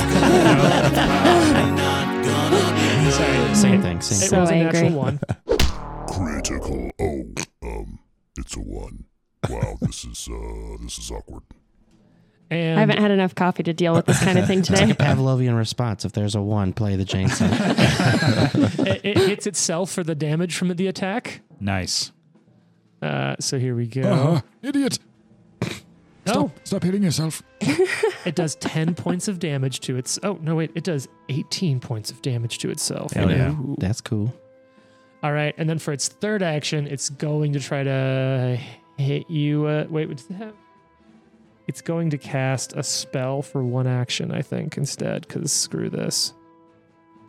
D: Same
B: It
D: thing. Same thing.
C: So
B: was a
C: angry.
B: natural one.
H: Critical. Oh, um, it's a one. Wow, this is uh, this is awkward.
B: And
C: I haven't had enough coffee to deal with this kind of thing today.
D: Pavlovian response. If there's a one, play the chainsaw.
B: it, it hits itself for the damage from the attack.
A: Nice.
B: Uh, so here we go.
A: Uh-huh.
G: Uh, idiot.
B: Oh,
G: Stop hitting yourself.
B: it does 10 points of damage to its. Oh no, wait, it does 18 points of damage to itself.
A: Hell yeah.
B: Ooh.
D: That's cool.
B: All right, and then for its third action, it's going to try to hit you. Uh, wait, what does it have? It's going to cast a spell for one action, I think, instead, because screw this.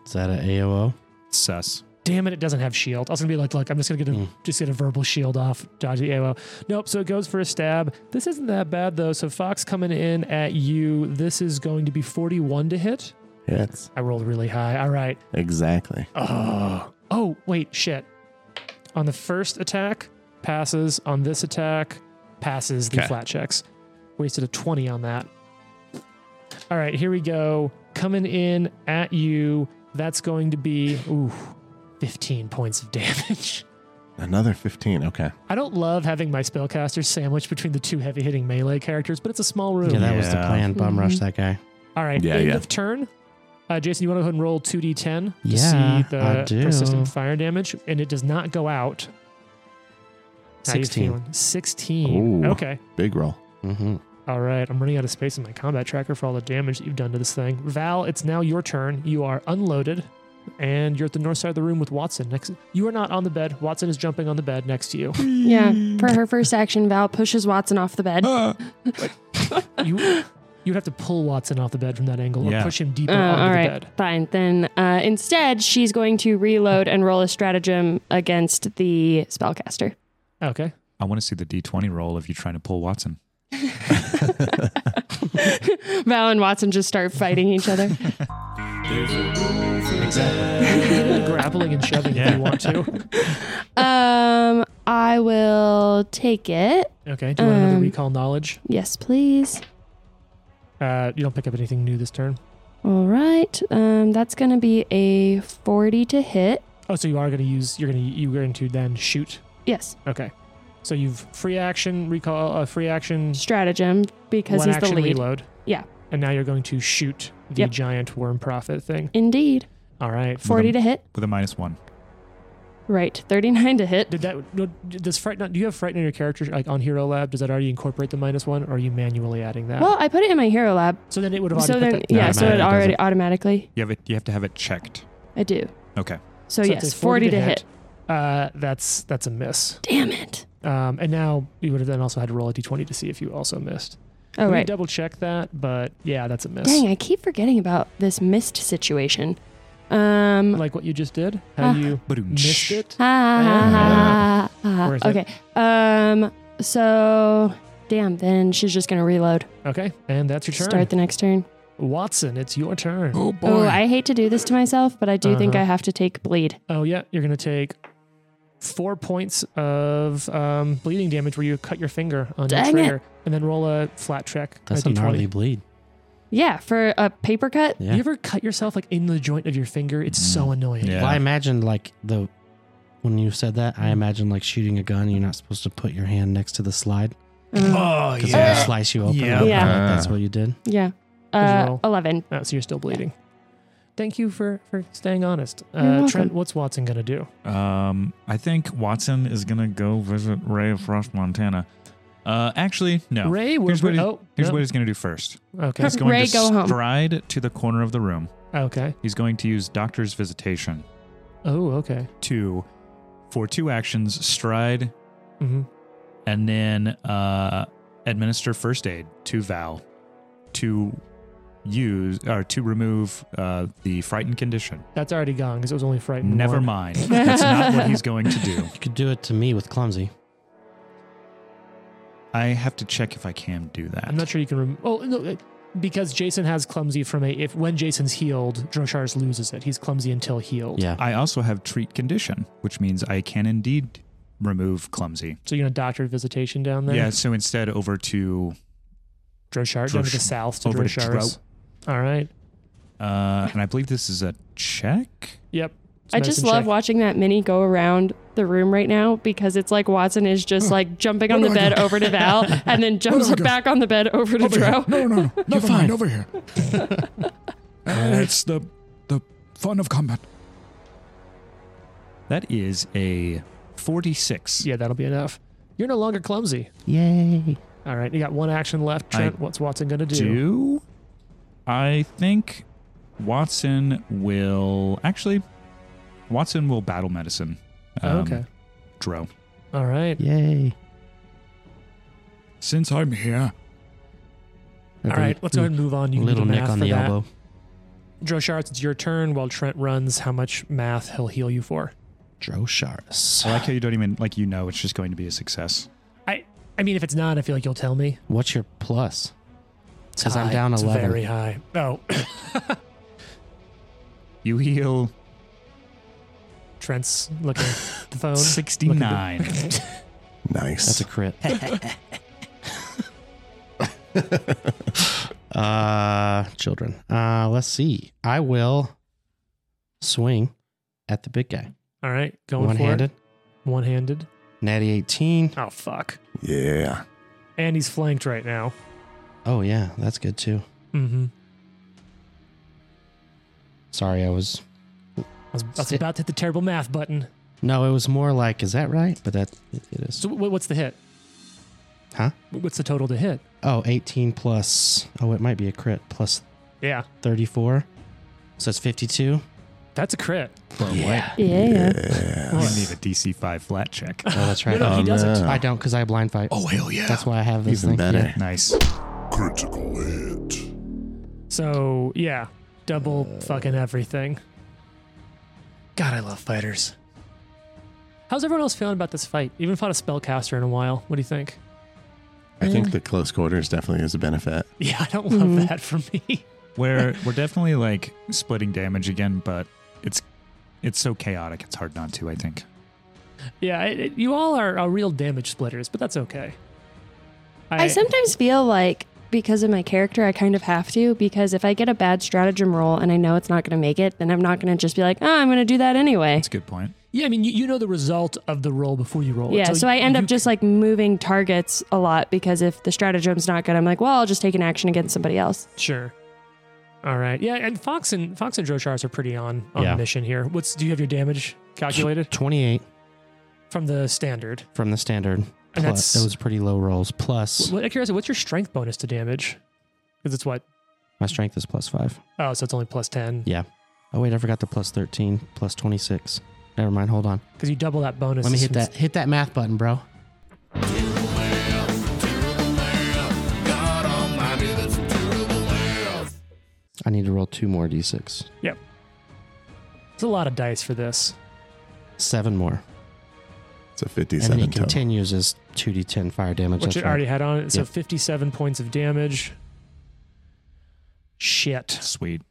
D: Is that an AOO?
A: Sus.
B: Damn it, it doesn't have shield. I was gonna be like, look, I'm just gonna get a,
D: Mm.
B: just get a verbal shield off, dodge the AOL. Nope. So it goes for a stab. This isn't that bad though. So Fox coming in at you. This is going to be 41 to hit.
E: Hits.
B: I rolled really high. All right.
E: Exactly.
B: Oh. Oh, wait, shit. On the first attack, passes. On this attack, passes the
E: Okay.
B: flat checks. Wasted a 20 on that. All right, here we go. Coming in at you. That's going to be, ooh, 15 points of damage.
E: Another 15. Okay.
B: I don't love having my spellcaster sandwiched between the two heavy hitting melee characters, but it's a small room.
D: Yeah, that was the
A: Yeah.
D: plan. Bum rush that guy.
B: All right,
E: Yeah,
B: end
E: yeah.
B: of turn. Uh, Jason, you want to go ahead and roll 2d10 to
D: Yeah,
B: see the
D: I do.
B: persistent fire damage? And it does not go out. How you
D: 16.
B: feeling? 16.
E: Ooh.
B: Okay.
E: Big roll.
D: Mm-hmm.
B: All right. I'm running out of space in my combat tracker for all the damage that you've done to this thing. Val, it's now your turn. You are unloaded, and you're at the north side of the room with Watson next. You are not on the bed. Watson is jumping on the bed next to you.
C: yeah. For her first action, Val pushes Watson off the bed.
G: Uh,
B: You. You'd have to pull Watson off the bed from that angle or
A: Yeah.
B: push him deeper
C: Oh,
B: onto
C: all
B: the
C: right,
B: bed.
C: fine. Then uh, instead, she's going to reload and roll a stratagem against the spellcaster.
B: Okay.
A: I want to see the D20 roll if you're trying to pull Watson.
C: Val and Watson just start fighting each other.
B: Grappling and shoving if you want to.
C: um, I will take it.
B: Okay. Do you want another
C: Um,
B: recall knowledge?
C: Yes, please.
B: Uh, you don't pick up anything new this turn.
C: All right. Um, that's going to be a 40 to hit.
B: Oh, so you are going to use. You're going to. You're going to then shoot.
C: Yes,
B: Okay. So you've free action recall. Uh, free action.
C: stratagem because
B: One
C: he's the
B: action
C: lead.
B: reload.
C: Yeah.
B: And now you're going to shoot the
C: Yep.
B: giant worm prophet thing.
C: Indeed.
B: All right.
C: 40 to hit.
A: With a minus one.
C: Right. 39 to hit.
B: Did that? no, Does fright not? Do you have fright on your character like on Hero Lab? Does that already incorporate the minus one, or are you manually adding that?
C: Well, I put it in my hero lab.
B: so then it would have.
C: So
B: already
C: then,
B: put that-
C: yeah, so it
D: Automatically does
C: already
D: it.
C: automatically.
A: You have it. You have to have it checked.
C: I do.
A: Okay.
C: So,
B: so it's
C: yes,
B: a
C: 40 to hit.
B: Uh, that's that's a miss.
C: Damn it.
B: Um, and now you would have then also had to roll a d20 to see if you also missed.
C: Oh,
B: Let me
C: right.
B: double check that, but yeah, that's a miss.
C: Dang, I keep forgetting about this mist situation. Um,
B: like what you just did? How
C: Ah.
B: you
A: Badoom.
B: missed it?
C: ha, ha, ha, ha,
B: Where is
C: ha. okay. Um, so damn, then she's just gonna reload.
B: Okay, and that's your turn.
C: Start the next turn.
B: Watson, it's your turn.
G: oh boy.
C: Oh, I hate to do this to myself, but I do think
B: Uh-huh.
C: I have to take bleed.
B: Oh yeah, you're gonna take four points of um, bleeding damage where you cut your finger on your
C: Dang it.
B: trigger, and then roll a flat check.
D: That's a
B: a D20.
D: gnarly bleed.
C: Yeah, for a paper cut.
D: Yeah. Mm.
B: You ever cut yourself like in the joint of your finger? It's so annoying.
A: Yeah.
D: Well, I imagine like the when you said that, I imagine like shooting a gun. You're not supposed to put your hand next to the slide.
C: Um,
B: Oh,
D: Because yeah.
B: yeah.
D: slice you open.
B: Yeah.
D: like,
C: Yeah.
D: like that's what you did.
C: yeah.
B: As
C: Uh,
B: well.
C: 11.
B: Oh, so you're still bleeding. Thank you for, for staying honest.
C: You're
B: Uh,
C: welcome.
B: Trent, what's Watson going to do?
A: Um, I think Watson is gonna go visit Ray of Frost, Montana. Uh, actually, no.
B: Ray,
A: Here's what
B: we're,
A: he-
B: oh,
A: Here's
B: no.
A: what he's gonna do first.
B: Okay.
A: He's going
C: Ray,
A: to
C: go home.
A: stride to the corner of the room.
B: Okay.
A: He's going to use Doctor's Visitation
B: Oh, okay.
A: to, for two actions, stride
B: hmm
A: and then uh, administer first aid to Val to use or to remove uh, the frightened condition.
B: That's already gone because it was only frightened.
A: Never
B: one.
A: mind. That's not what he's going to do.
D: You could do it to me with clumsy.
A: I have to check if I can do that.
B: I'm not sure you can. Rem- oh no, uh, because Jason has clumsy from a. If when Jason's healed, Droshar's loses it. He's clumsy until healed.
D: Yeah.
A: I also have treat condition, which means I can indeed remove clumsy.
B: So you're gonna doctor visitation down there.
A: Yeah, so instead over to
B: Droshar down to the
A: Drosh-
B: south to
A: over to
B: Droshar's. All right.
A: uh and I believe this is a check.
B: Yep. It's
C: I just
B: medicine
C: love
B: check.
C: watching that mini go around the room right now because it's like Watson is just
B: Oh.
C: like jumping on the
G: Where do I
C: bed
G: go?
C: over to Val and then jumps
G: do I go?
C: back on the bed over
B: Oh
C: to
G: Over here.
C: Dro.
G: No, no, no. Never mind.
D: fine.
G: Over here. Uh, it's the the fun of combat.
A: That is a 46.
B: Yeah, that'll be enough. You're no longer clumsy.
D: Yay.
B: All right. You got one action left,
A: I
B: Trent. what's Watson gonna do?
A: Do I think Watson will actually Watson will battle medicine. um,
B: okay.
A: Dro.
B: All right.
D: Yay.
G: Since I'm here,
B: All right. Let's go ahead and move on. You can do
D: Mm. Little
B: the
D: nick
B: math
D: on
B: for
D: the
B: that.
D: elbow.
B: Droshar, it's your turn. While Trent runs, how much math he'll heal you for?
A: I
D: Drosharis.
A: like how you don't even like you know it's just going to be a success.
B: I I mean, if it's not, I feel like you'll tell me.
D: What's your plus?
B: It's
D: 'Cause I'm
B: high.
D: down
B: It's
D: 11.
B: Very high. Oh,
A: You
B: Oh,
A: heal
B: Trent's looking at the phone.
A: 69.
E: Nice.
D: That's a crit. uh children. Uh let's see. I will swing at the big guy.
B: All right, going
D: One handed.
B: for it. One-handed.
D: Natty 18.
B: Oh fuck.
E: yeah.
B: And he's flanked right now.
D: Oh yeah, that's good too.
B: Mm-hmm.
D: Sorry, I was
B: I was, I was
D: Sit.
B: about to hit the terrible math button.
D: No, it was more like, is that right? But that it it is.
B: So wh- what's the hit?
D: Huh?
B: What's the total to hit?
D: Oh, 18 plus. Oh, it might be a crit plus
B: Yeah,
D: 34. So it's 52.
B: that's a crit.
D: Yeah.
C: Yeah.
A: you need a DC 5 flat check.
D: Oh, that's right.
B: No, no, he
E: Oh,
B: doesn't.
E: no.
D: I don't because I blind fight.
G: oh hell yeah!
D: That's why I have this
E: Even
D: thing.
E: better.
D: Yeah.
A: Nice.
H: Critical hit.
B: So yeah, double fucking everything. Uh. God, I love fighters. How's everyone else feeling about this fight? You haven't fought a spellcaster in a while. What do you think?
E: I think the close quarters definitely is a benefit.
B: Yeah, I don't love that for me.
A: We're we're definitely like splitting damage again, but it's it's so chaotic. It's hard not to. I think.
B: yeah, it, it- you all are, are real damage splitters, but that's okay.
C: I sometimes feel like because of my character, I kind of have to because if I get a bad stratagem roll and I know it's not going to make it, then I'm not going to just be like, oh, I'm going to do that anyway.
A: That's a good point.
B: yeah, I mean, you, you know the result of the roll before you roll. it.
C: Yeah, so I end
B: you-
C: up just like moving targets a lot because if the stratagem's not good, I'm like, well, I'll just take an action against somebody else.
B: sure. All right, yeah, and Fox and Fox and Droshars are pretty on on
D: Yeah.
B: mission here. What's do you have your damage calculated
D: 28
B: from the standard?
D: from the standard.
B: And
D: Plus,
B: that's-
D: those pretty low rolls. Plus,
B: What, curious, what's your strength bonus to damage? Because it's what?
D: my strength is plus 5.
B: Oh, so it's only plus ten.
D: Yeah. Oh, wait, I forgot the plus 13, plus 26. Never mind. Hold on.
B: Because you double that bonus.
D: Let me
B: is
D: hit
B: from-
D: that. Hit that math button, bro. I need to roll two more d6.
B: It's a lot of dice for this.
D: Seven more.
E: It's a
D: And then
E: 57
D: he
E: total.
D: continues as 2d10 fire damage.
B: which
D: That's
B: it
D: right.
B: already had on it. So
D: Yep.
B: 57 points of damage. Shit.
A: Sweet.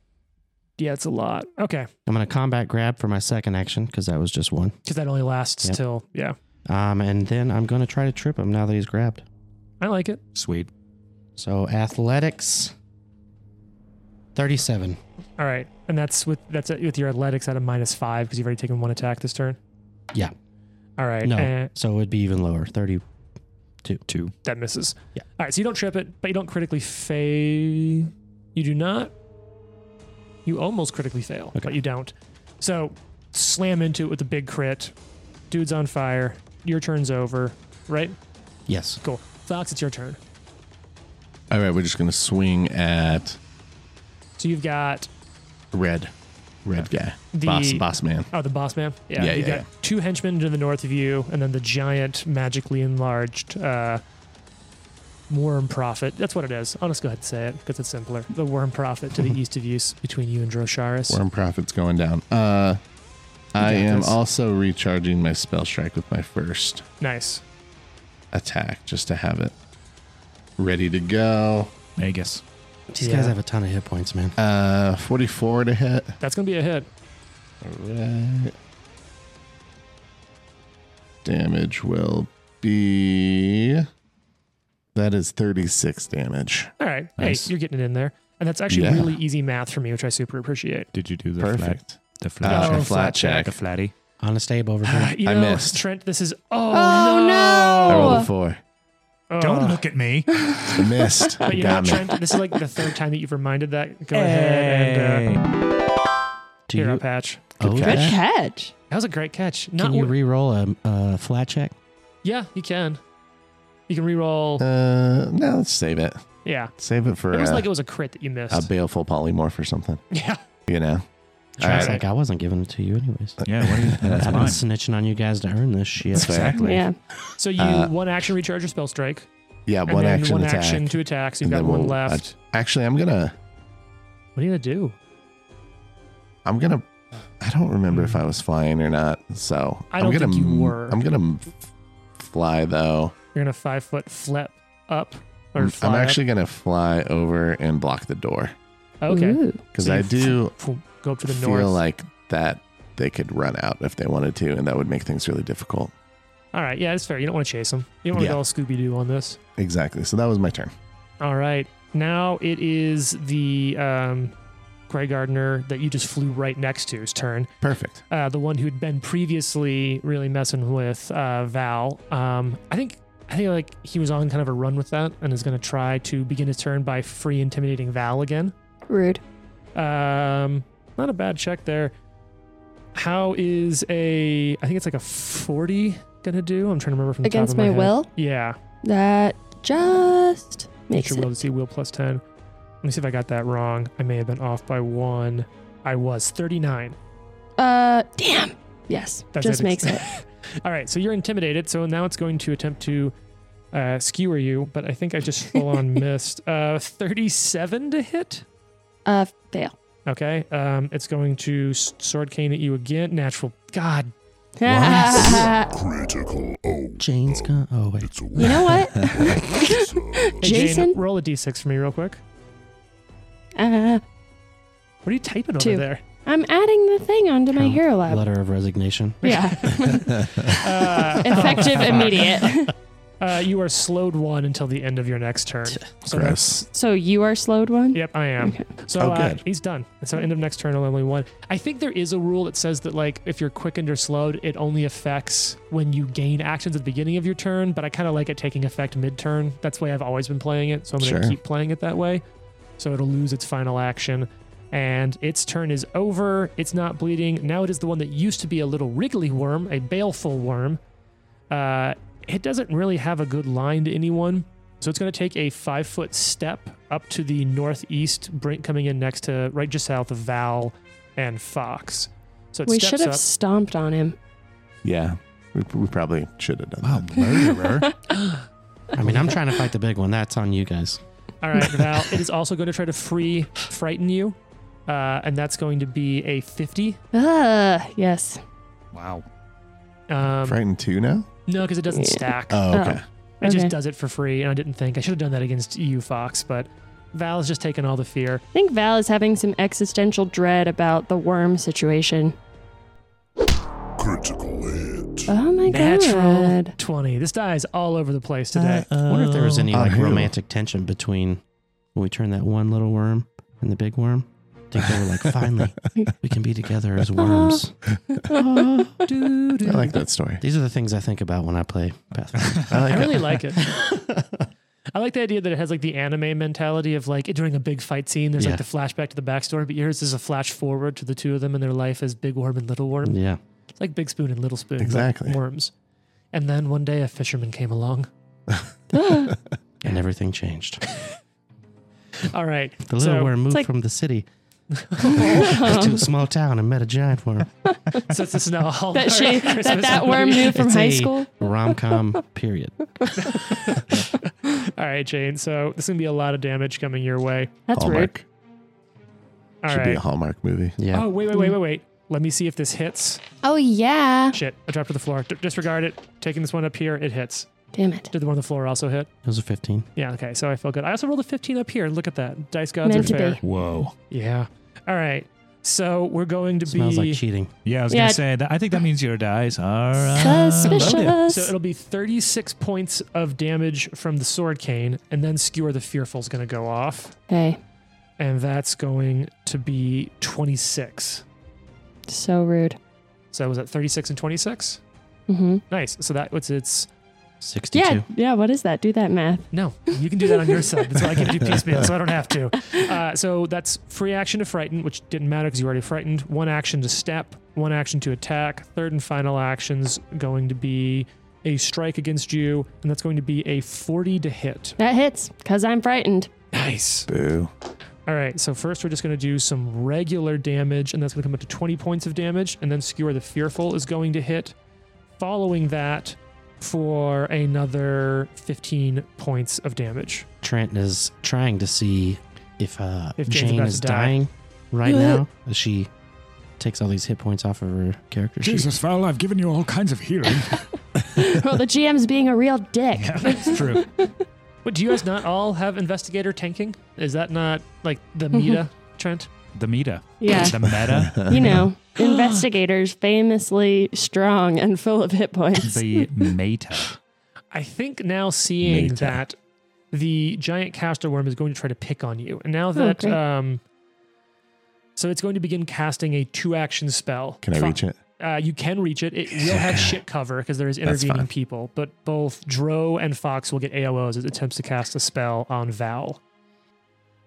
B: Yeah, it's a lot. Okay.
D: I'm going to combat grab for my second action because that was just one.
B: Because that only lasts
D: Yep.
B: till, yeah.
D: Um, and then I'm going to try to trip him now that he's grabbed.
B: I like it.
A: Sweet.
D: So athletics, 37.
B: All right. And that's with that's it with your athletics at a minus five because you've already taken one attack this turn.
D: Yeah.
B: All right.
D: No.
B: eh,
D: So it would be even lower, 30,
A: Two.
B: That misses.
D: Yeah.
B: All right, so you don't trip it, but you don't critically fail. You do not. You almost critically fail, but you don't. So slam into it with a big crit. Dude's on fire. Your turn's over, right?
D: Yes.
B: Cool. Fox, it's your turn.
E: All right, we're just gonna swing at
B: So you've got
E: red, red guy,
B: The-
E: boss, boss man.
B: oh the boss man. Yeah.
E: Yeah,
B: you've
E: yeah,
B: got
E: yeah.
B: two henchmen to the north of you, and then the giant magically enlarged uh worm prophet. That's what it is. I'll just go ahead and say it because it's simpler. The worm prophet to
E: Mm-hmm.
B: the east of you s- between you and Drosharis.
E: Worm profit's going down. Uh,
B: got
E: I am
B: this.
E: also recharging my spell strike with my first
B: Nice.
E: attack just to have it ready to go.
A: Magus.
D: These
B: Yeah.
D: guys have a ton of hit points, man.
E: Uh, 44 to hit.
B: That's gonna be a hit.
E: All right. Damage will be. That is 36 damage.
B: All right.
A: Nice.
B: Hey, you're getting it in there. And that's actually
E: Yeah.
B: really easy math for me, which I super appreciate.
A: Did you do the flat?
E: Perfect.
A: The flat.
E: Uh,
B: Oh,
E: flat
B: flat
E: check.
A: The flatty.
D: Honest Abe over here.
B: You
E: I
B: know,
E: missed.
B: Trent, this is oh,
C: Oh, no.
E: I rolled a four.
B: Oh.
A: Don't look at me.
E: I missed.
B: But you know,
E: Got me.
B: Trent, this is like the third time that you've reminded that. Go ahead and uh,
D: Do
B: here,
D: you
B: up patch.
D: owe
E: Good
C: Good
D: that?
C: catch.
B: That was a great catch. Not
D: Can you
B: wor-
D: re-roll a, a flat check?
B: yeah, you can. You can reroll.
E: Uh, no, let's save it.
B: yeah,
E: Save it for
B: it was
E: a,
B: like it was a crit that you missed.
E: a baleful polymorph or something.
B: yeah,
E: You know?
D: Trent's
B: right.
D: like, I wasn't giving it to you anyways.
A: Yeah, what are you? That's
D: I've been
A: mine.
D: snitching on you guys to earn this shit.
E: Exactly.
C: Yeah.
B: so you
E: Uh,
B: one action recharge your spell strike,
E: Yeah,
B: and
E: one
B: then
E: action
B: one
E: attack.
B: action to attack. So you've
E: And
B: got
E: then
B: one
E: we'll- I-
B: left.
E: Actually, I'm gonna,
B: what are you gonna do?
E: I'm gonna, I don't remember if I was flying or not. So
B: Hmm. I
E: am
B: don't
E: gonna,
B: think you
E: m-
B: were.
E: I'm gonna m- fly though.
B: You're gonna five foot flip up or
E: I'm-
B: fly
E: I'm
B: up?
E: actually gonna fly over and block the door
B: Oh, okay.
C: Ooh.
E: because
B: So
E: I
B: you
E: do
B: Phoom, go up to the
E: Mm-hmm. feel
B: north.
E: like that they could run out if they wanted to, and that would make things really difficult.
B: All right, yeah, it's fair. You don't want to chase them. You don't want to
E: Yeah.
B: go all Scooby Doo on this.
E: Exactly. So that was my turn.
B: All right, now it is the um, Grey Gardener that you just flew right next to's turn.
E: Perfect.
B: Uh, the one who'd been previously really messing with uh, Val. Um, I think I think like he was on kind of a run with that, and is going to try to begin his turn by free intimidating Val again.
C: Rude.
B: Um, not a bad check there. How is a? I think it's like a forty gonna do. I'm trying to remember from the top
C: Against
B: of my,
C: my
B: head.
C: will?
B: Yeah,
C: That just makes
B: nature will to
C: it.
B: see will plus ten. Let me see if I got that wrong. I may have been off by one. I was thirty nine.
C: Uh, damn. Yes.
B: That's
C: just
B: it.
C: makes it.
B: All right, so you're intimidated. So now it's going to attempt to uh, skewer you, but I think I just full on missed. Uh, thirty seven to hit.
C: Uh, fail.
B: Okay, um, it's going to s- sword cane at you again. Natural. God
C: you
H: Critical. Oh,
D: Jane's gone. Oh wait.
H: it's a
C: know what?
B: Hey, Jane,
C: Jason?
B: roll a d6 for me real quick.
C: Uh,
B: What are you typing
C: Two.
B: over there?
C: I'm adding the thing onto my
D: Her
C: hero lab.
D: Letter of resignation.
C: Yeah.
B: Uh,
C: Effective immediate.
B: uh, you are slowed one until the end of your next turn. So
E: Gross.
C: so you are slowed one?
B: Yep, I am.
C: Okay.
B: So
E: Oh,
B: uh,
E: good.
B: he's done. So end of next turn, I'll only one. I think there is a rule that says that like if you're quickened or slowed, it only affects when you gain actions at the beginning of your turn. But I kind of like it taking effect mid turn. That's the way I've always been playing it. So I'm gonna
E: Sure.
B: keep playing it that way. So it'll lose its final action. And its turn is over. It's not bleeding. Now it is the one that used to be a little wriggly worm, a baleful worm. Uh, it doesn't really have a good line to anyone. So it's going to take a five foot step up to the northeast, brink coming in next to right just south of Val and Fox. So it
C: We should
B: steps
C: have
B: up.
C: stomped on him.
E: Yeah. We, we probably should have done
A: Wow,
E: that.
A: murderer.
D: I mean, I'm trying to fight the big one. That's on you guys.
B: All right, Val. It is also going to try to free frighten you, uh, and that's going to be a fifty.
C: Uh, yes.
A: wow.
B: Um,
E: Frightened two now?
B: No, because it doesn't stack.
E: Oh,
C: Oh.
E: okay.
B: It
C: Okay.
B: just does it for free, and I didn't think I should have done that against you, Fox. But Val's just taking all the fear.
C: I think Val is having some existential dread about the worm situation.
H: critical hit.
C: Oh my
B: Natural
C: god. Uh,
B: twenty. This die is all over the place today.
D: I wonder if there was any
E: Uh,
D: like
E: who?
D: romantic tension between when we turned that one little worm and the big worm. think they were like, finally, we can be together as
C: Uh-huh.
D: worms.
B: Oh,
D: Ah, doo, doo.
E: I like that story.
D: These are the things I think about when I play Pathfinder.
E: I like
B: I
E: it.
B: really like it. I like the idea that it has like the anime mentality of like during a big fight scene, there's
D: Yeah.
B: like the flashback to the backstory, but yours is a flash forward to the two of them and their life as Big Worm and Little Worm.
D: yeah.
B: It's like Big Spoon and Little Spoon. but
E: Mm. Exactly.
B: Worms. And then one day a fisherman came along.
D: And everything changed.
B: All right.
D: The little
B: so,
D: worm moved
C: like-
D: from the city to a small town and met a giant worm.
B: since this is now a Hallmark
C: That she,
B: Christmas
C: that, that worm
B: movie.
C: knew from
D: It's
C: high
D: a
C: school.
D: Rom com, period.
B: All right, Jane. So this is gonna be a lot of damage coming your way.
C: That's rude.
E: Hallmark.
B: All right.
E: Should be a Hallmark movie.
D: Yeah.
B: Oh wait, wait, wait, wait, wait. Let me see if this hits.
C: Oh yeah.
B: Shit, I dropped to the floor. D- disregard it. Taking this one up here, it hits.
C: Damn it.
B: Did the one on the floor also hit?
D: It was a 15.
B: Yeah, okay. So I feel good. I also rolled a 15 up here. Look at that. Dice gods
C: Meant
B: are
C: to
B: fair.
F: Uh,
C: be.
A: Whoa.
B: Yeah. All right. So we're going to
D: Smells
B: be
D: like cheating.
A: Yeah, I was
C: Yeah.
A: gonna say that. I think that means your dice are uh, loaded.
C: Suspicious.
B: so it'll be 36 points of damage from the sword cane, and then skewer the fearful's going to go off,
C: Okay.
B: and that's going to be 26.
C: So rude.
B: So was that 36 and 26?
C: Mm-hmm.
B: Nice. So that what's its
D: 62.
C: Yeah. Yeah. What is that? Do that math.
B: No, you can do that on your side. That's why I can do piecemeal, so I don't have to. Uh, so that's free action to frighten, which didn't matter because you were already frightened. One action to step, one action to attack. Third and final action's going to be a strike against you, and that's going to be a 40 to hit.
C: That hits because I'm frightened.
B: Nice.
E: Boo.
B: All right, so first we're just going to do some regular damage, and that's going to come up to 20 points of damage, and then Skewer the Fearful is going to hit. Following that, for another 15 points of damage.
D: Trent is trying to see if, uh,
B: If Jane's
D: Jane
B: about
D: is
B: to die.
D: dying right
C: Yeah.
D: now as she takes all these hit points off of her character sheet.
G: Jesus, Val, I've given you all kinds of healing.
C: well, the GM's being a real dick.
A: Yeah, that's true.
B: But do you guys not all have investigator tanking? Is that not like the meta, Trent?
A: The meta.
C: Yeah.
A: The meta.
C: You know, investigators famously strong and full of hit points.
A: the meta.
B: I think now seeing
E: Meta.
B: that the giant caster worm is going to try to pick on you, and now that
C: great.
B: um, so it's going to begin casting a two-action spell.
E: Can I
B: Fi-
E: reach it?
B: Uh, you can reach it. It will have shit cover because there is
E: That's
B: intervening
E: fine.
B: people, but both Dro and Fox will get AOs as it attempts to cast a spell on Val.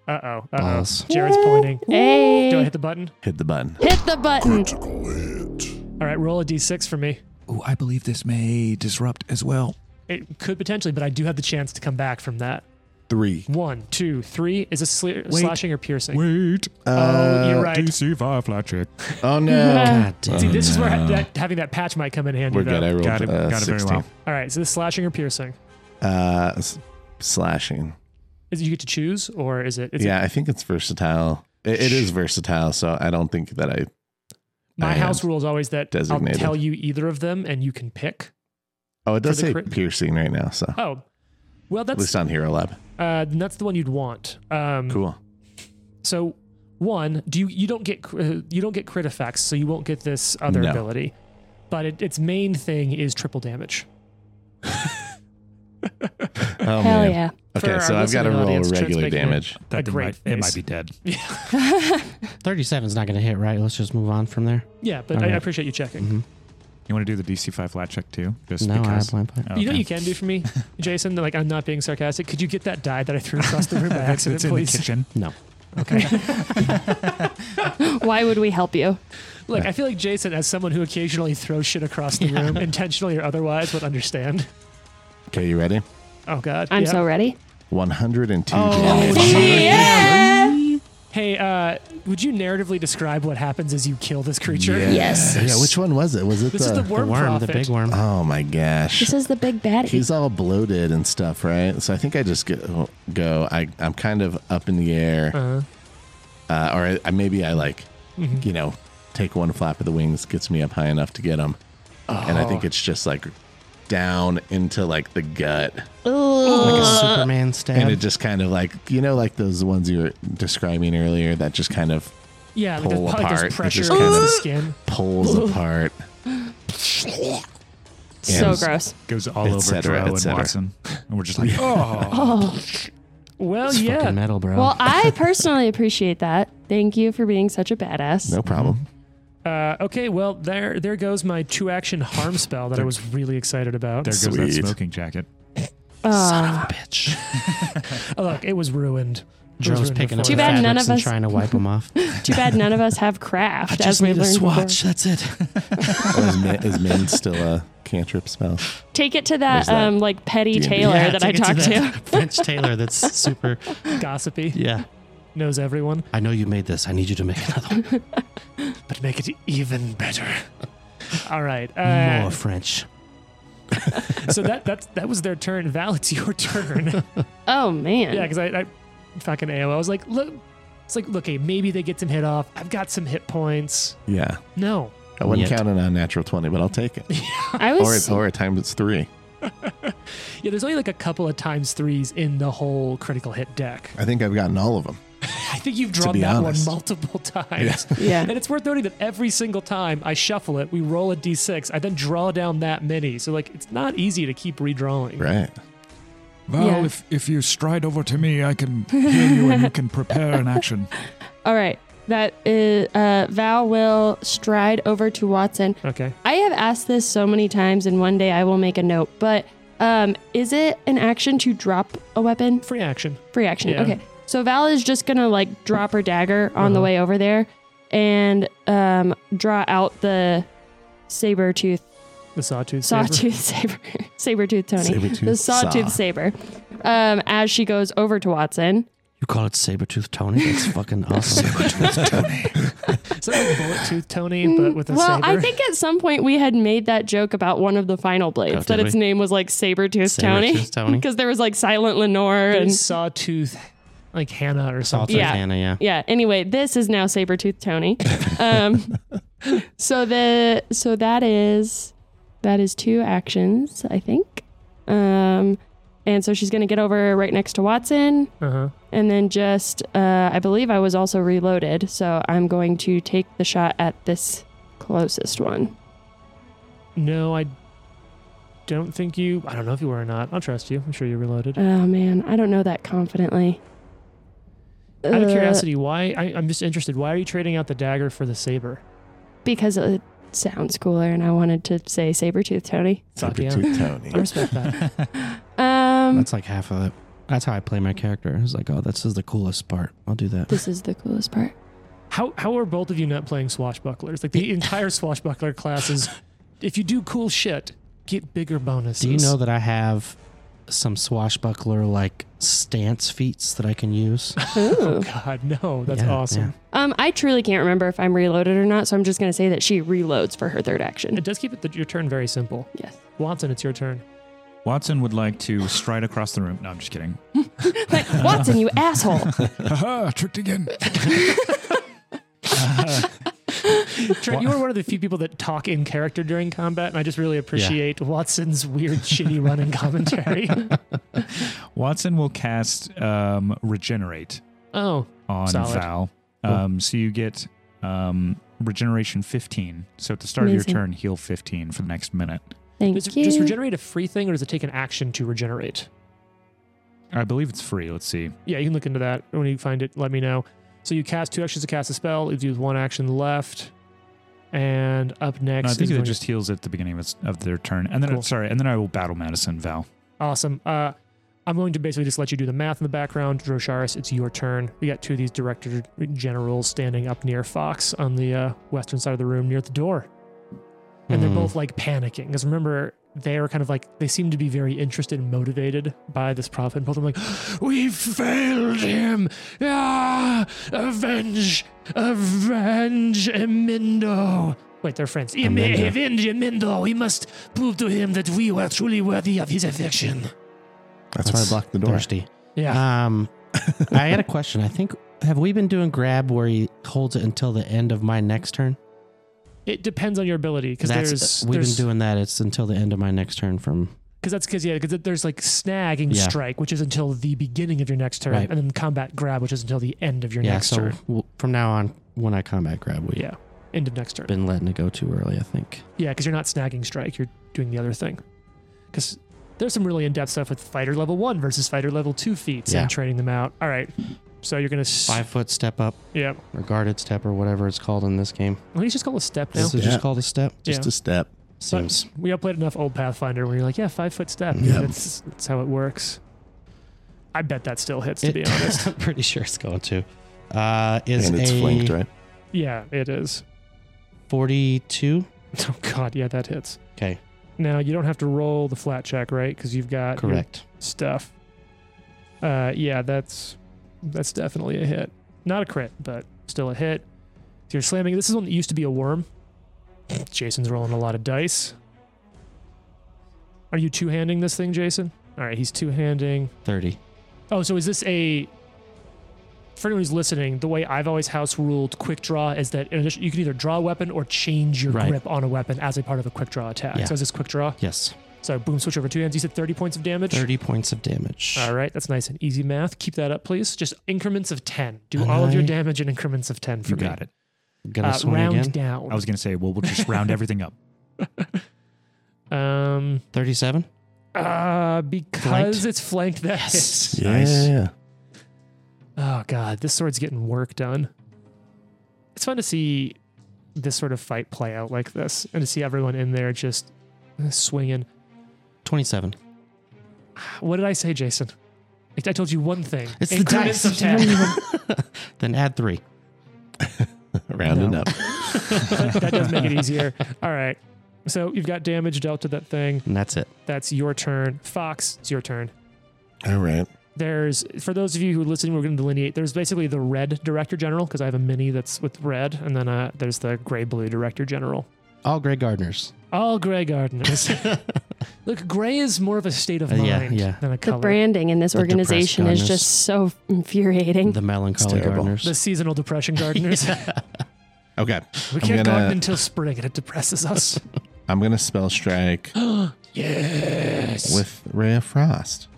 B: Uh oh. Uh
D: Balls.
B: oh. Jared's pointing.
C: Hey.
B: Do I hit the button?
E: Hit the button.
C: Hit the button.
H: Critical hit.
B: All right, roll a d6 for me.
A: Ooh, I believe this may disrupt as well.
B: It could potentially, but I do have the chance to come back from that.
E: Three.
B: One, two, three. Is a sl- slashing or piercing?
A: Wait.
B: oh, you're
E: Uh,
B: right.
A: DC Firefly check.
E: Oh no.
C: Uh,
E: Oh,
D: God damn.
B: See, this is where
E: no.
B: that, having that patch might come in handy.
E: We're
B: though.
E: good. I rolled
A: Got it.
E: uh,
A: got it very
E: 16.
A: well.
B: All right. So this slashing or piercing?
E: Uh, s- slashing.
B: Is it you get to choose, or is it? Is it
E: yeah, I think it's versatile. It, it is versatile, so I don't think that I.
B: my
E: I am
B: house rule is always that
E: designated.
B: I'll tell you either of them, and you can pick.
E: Oh, it does
B: For the
E: say
B: crit-
E: piercing right now, so
B: Oh, well,
E: at
B: that's
E: least on Hero Lab.
B: uh, then that's the one you'd want. Um,
E: Cool.
B: So, one, do you you don't get cr- uh, you don't get crit effects, so you won't get this other
E: No.
B: ability. But it, its main thing is triple damage.
A: Uh,
E: Oh,
C: Hell
E: man.
C: yeah.
B: For
E: Okay,
B: our
E: so I've got to
B: listening
E: roll
B: audience, Trent's
E: regular
B: making it-
E: damage.
B: A
A: That thing
B: great
A: might, it
B: face.
A: might be dead.
D: 37 is not going to hit, right? Let's just move on from there.
B: Yeah, but
D: All
B: I, I
D: right.
B: appreciate you checking.
A: Mm, You want to do the DC five flat check too? Just
D: No, I have
A: because. Oh,
D: blind play.
B: You know what
A: Okay.
B: you can do for me, Jason? Like I'm not being sarcastic. Could you get that die that I threw across the room by
A: That's
B: accident,
A: it's in the
B: please?
A: kitchen.
D: No.
C: Why would we help you?
B: Look, I feel like Jason, as someone who occasionally throws shit across the room, intentionally or otherwise, would understand.
E: Okay, you ready?
B: Oh God,
C: I'm
B: Yeah.
C: so ready.
E: 102
B: Oh,
E: damage.
B: Hey, uh, would you narratively describe what happens as you kill this creature?
C: Yes.
E: Yeah, which one was it? Was it
B: This is the
D: The
B: worm,
D: worm,
B: prophet.
D: the big worm.
E: Oh my gosh.
C: This is the big baddie.
E: He's all bloated and stuff, right? So I think I just go. go I, I'm kind of up in the air,
B: Uh-huh. Mm-hmm.
E: uh, or I, I, maybe I like, you know, take one flap of the wings, gets me up high enough to get him, and I think it's just like down into like the gut,
B: Oh.
D: like a Superman stab.
E: and it just kind of like you know, like those ones you were describing earlier that just kind of
B: Yeah, like there's,
E: Pull
B: probably like
E: apart.
B: there's
E: It
B: pressure
E: just
B: against
E: kinda-
B: the skin.
E: pulls apart.
C: so
E: And-
C: gross.
A: Goes all
E: Et
A: over
E: cetera, et
A: Drow and
E: cetera.
A: Watson, and we're just like, oh,
B: Well,
D: It's fucking
B: yeah.
D: metal, bro.
C: Well, I personally appreciate that. Thank you for being such a badass.
E: No problem.
B: Uh, okay, well there there goes my two action harm spell that I was really excited about.
A: There goes that
E: Sweet.
A: smoking jacket.
C: Ah.
D: Bitch.
B: Oh, look, it was ruined. It was
D: Joe's
B: ruined
D: picking up
B: before.
C: Too bad
D: fabrics
C: none of
D: and
C: us-
D: trying to wipe them off.
C: Too bad none of us have craft. as we learned before.
D: That's it.
E: Oh, is, min, is min still a cantrip spell?
C: Take it to that,
E: There's that.
C: um like petty
E: D&D.
C: tailor that I talked to.
D: French Taylor. That's super.
B: Gossipy
D: Yeah.
B: knows everyone,
D: I know you made this. I need you to make another one.
B: but make it even better. All right.
D: more
B: Uh,
D: French.
B: so that that's that was their turn. Val, it's your turn.
C: Oh man.
B: yeah, because I, I fucking AO. I was like, look, it's like, okay, maybe they get some hit off. I've got some hit points.
E: Yeah.
B: No,
E: I wasn't
D: Yet.
E: counting on natural 20, but I'll take it.
C: I
E: Or,
C: was
E: it's, or a time it's three.
B: yeah, there's only like a couple of times threes in the whole critical hit deck.
E: I think I've gotten all of them.
B: I think you've drawn
E: be
B: that
E: honest.
B: one multiple times.
C: yeah.
B: And it's worth noting that every single time I shuffle it, we roll a d6. I then draw down that many. So, like, it's not easy to keep redrawing.
E: Right.
G: Val,
C: Yeah.
G: if, if you stride over to me, I can hear you and you can prepare an action.
C: All right. That is uh Val will stride over to Watson.
B: Okay.
C: I have asked this so many times and one day I will make a note, but um is it an action to drop a weapon?
B: Free action.
C: Free action.
B: Yeah.
C: Okay. So Val is just gonna like drop her dagger on
B: Uh-huh.
C: the way over there and um draw out the saber tooth
B: The sawtooth. saber.
C: sawtooth saber saber tooth Tony.
E: Sabertooth
C: the sawtooth
E: saw.
C: saber. Um as she goes over to Watson.
D: You call it Sabretooth Tony? That's fucking awesome.
B: Is that like bullet tooth Tony, but with a
C: Mm, well,
B: saber?
C: I think at some point we had made that joke about one of the final blades
D: Oh,
C: that
D: did
C: its
D: we?
C: name was like Sabretooth Tony.
D: Sabretooth Tony.
C: Because there was like Silent Lenore
B: There's
C: and
B: sawtooth, like Hannah or
D: All
B: something.
D: yeah.
C: Yeah.
D: Hannah, yeah.
C: yeah. Anyway, this is now Sabretooth Tony. um, so the so that is that is two actions, I think. Um, and so she's gonna get over right next to Watson,
B: Uh huh.
C: and then just uh, I believe I was also reloaded, so I'm going to take the shot at this closest one.
B: No, I don't think you. I don't know if you were or not. I'll trust you. I'm sure you reloaded.
C: Oh man, I don't know that confidently.
B: Out of
C: Uh,
B: curiosity, why? I, I'm just interested. Why are you trading out the dagger for the saber?
C: because it sounds cooler, and I wanted to say Sabretooth Tony.
B: Fuck yeah.
E: Sabertooth
B: I
E: Tony.
B: respect that.
C: Um,
D: That's like half of it. That's how I play my character. It's like, oh, this is the coolest part. I'll do that.
C: this is the coolest part.
B: How how are both of you not playing swashbucklers? Like the entire swashbuckler class is, if you do cool shit, get bigger bonuses.
D: Do you know that I have some swashbuckler like stance feats that I can use?
C: Ooh.
B: God, no, that's
D: Yeah,
B: awesome.
C: Oh. Um, I truly can't remember if I'm reloaded or not, so I'm just gonna say that she reloads for her third action.
B: It does keep it the, your turn very simple.
C: Yes.
B: Watson, it's your turn.
A: Watson would like to stride across the room. No, I'm just kidding.
C: But Watson, you asshole!
G: Haha, tricked again.
B: Trent, you are one of the few people that talk in character during combat, and I just really appreciate Watson's weird, shitty running commentary.
A: Watson will cast um, regenerate
B: oh,
A: on
B: Solid.
A: Val. Um, so you get um, regeneration 15. So at the start of
C: Amazing.
A: your turn, heal 15 for the next minute.
C: Thank
B: does,
C: you.
B: does regenerate a free thing, or does it take an action to regenerate?
A: I believe it's free. Let's see.
B: Yeah, you can look into that when you find it. Let me know. So you cast two actions to cast a spell. You use one action left, and up next.
A: No, I
B: is
A: think it
B: going
A: just heals at the beginning of, its, of their turn. And then,
B: Cool.
A: sorry, and then I will battle medicine, Val.
B: Awesome. Uh, I'm going to basically just let you do the math in the background. Drosharis, it's your turn. We got two of these director generals standing up near Fox on the uh, western side of the room near the door. And they're
D: Hmm.
B: both like panicking. Because remember, they're kind of like, they seem to be very interested and motivated by this prophet. And both of them like, We failed him! Ah, avenge! Avenge Emindo! Wait, they're friends. Em-
D: Emindo.
B: Avenge Emindo! We must prove to him that we were truly worthy of his affection.
E: That's why I blocked the door.
D: Thirsty.
B: Yeah.
D: Um, I had a question. I think have we been doing grab where he holds it until the end of my next turn?
B: it depends on your ability because
D: That's-
B: there's
D: uh, we've been doing that. It's until the end of my next turn from
B: because that's because yeah because there's like snag and
D: Yeah.
B: strike which is until the beginning of your next turn
D: Right.
B: and then combat grab which is until the end of your
D: yeah.
B: next
D: So
B: turn.
D: w- from now on, when I combat grab, we've
B: Yeah, end of next turn.
D: been letting it go too early. I think.
B: Yeah, because you're not snagging strike. You're doing the other thing. Because there's some really in depth stuff with fighter level one versus fighter level two feats
D: Yeah.
B: and trading them out. All right. So you're gonna. S-
D: Five foot step up
B: Yeah.
D: or guarded step or whatever it's called in this game.
B: Well, he's just called a step now.
D: This is
E: Yeah.
D: just called a step.
E: Just
B: Yeah.
E: a step.
D: Seems
B: We all played enough old Pathfinder where you're like, yeah, five foot step.
E: Yeah.
B: That's that's how it works. I bet that still hits, to
D: It-
B: be honest.
D: I'm pretty sure it's going to. Uh, is
E: and it's
D: a
E: flanked, right?
B: yeah, it is.
D: 42.
B: Oh god, yeah, that hits.
D: Okay,
B: Now you don't have to roll the flat check, right? Because you've got your
D: correct.
B: stuff. Uh, yeah, that's that's definitely a hit. Not a crit, but still a hit. So you're slamming. This is one that used to be a worm. Jason's rolling a lot of dice. Are you two handing this thing, Jason? All right, he's two handing.
D: 30.
B: Oh, so is this a? For anyone who's listening, the way I've always house ruled quick draw is that in addition, you can either draw a weapon or change your
D: Right.
B: grip on a weapon as a part of a quick draw attack.
D: Yeah.
B: So is this quick draw?
D: Yes.
B: So boom, switch over two hands. You said 30 points of damage.
D: 30 points of damage.
B: All right, that's nice and easy math. Keep that up, please. Just increments of 10. Do all of your
D: Aye.
B: damage in increments of 10 for
A: You
B: me.
A: got it.
D: Gonna
B: Uh,
D: swing
B: round
D: again.
B: down.
A: I was gonna say, well, we'll just round everything up.
B: um,
D: 37.
B: uh, because
D: Flanked?
B: it's flanked that hits.
E: Yeah.
A: Nice.
B: Oh god, this sword's getting work done. It's fun to see this sort of fight play out like this, and to see everyone in there just swinging.
D: 27.
B: What did I say, Jason? I I told you one thing.
D: It's the
B: Increments
D: dice.
B: of ten.
D: Then add three.
E: Rounding up.
B: that does make it easier. All right. So you've got damage dealt to that thing.
D: And that's it.
B: That's your turn. Fox, it's your turn.
E: All right.
B: There's for those of you who listen, we're going to delineate. There's basically the red director general because I have a mini that's with red, and then uh, there's the gray blue director general.
D: All Grey Gardeners.
B: All gray gardeners. Look, gray is more of a state of
D: Uh,
B: mind
D: yeah, yeah.
B: than a
C: The
B: color.
C: branding in this
D: The depressed
C: organization is
D: gardeners.
C: just so infuriating.
D: The melancholy
E: terrible.
D: gardeners.
B: the seasonal depression gardeners.
E: Okay.
B: We
E: I'm
B: can't garden
E: gonna
B: until spring, and it depresses us.
E: I'm gonna spell strike
B: yes.
E: with Ray of Frost.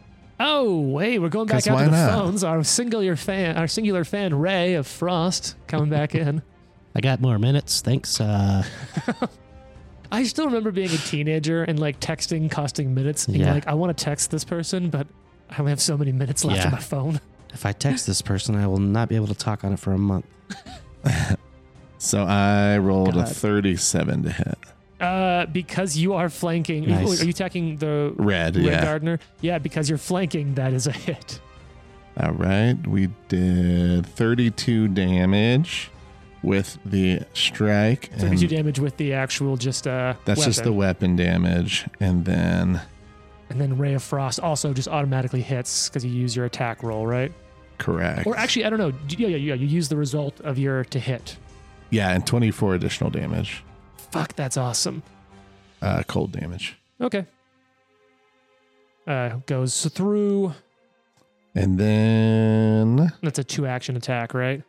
B: oh, wait, we're going back
E: 'Cause
B: out
E: why
B: to the
E: not?
B: phones. Our singular fan, our singular fan, Ray of Frost, coming back in.
D: I got more minutes. Thanks. Uh,
B: I still remember being a teenager and like texting costing minutes. Being
D: Yeah.
B: like, I want to text this person, but I only have so many minutes left
D: Yeah.
B: on my phone.
D: if I text this person, I will not be able to talk on it for a month.
E: So I rolled a
B: God.
E: 37 to hit.
B: Uh, because you are flanking.
D: Nice.
B: Are you attacking the
E: Red,
B: Red
E: yeah.
B: Gardener? Yeah, because you're flanking. That is a hit.
E: All right. We did 32 damage with the strike. and
B: 32 damage with the actual just uh.
E: That's just the
B: weapon.
E: weapon damage. And then,
B: And then Ray of Frost also just automatically hits because you use your attack roll, right?
E: correct.
B: Or actually, I don't know. D- Yeah, yeah, yeah. You use the result of your to hit.
E: yeah, and 24 additional damage,
B: Fuck, that's awesome.
E: uh, cold damage.
B: Okay. Uh, goes through.
E: And then,
B: That's a two action attack, right?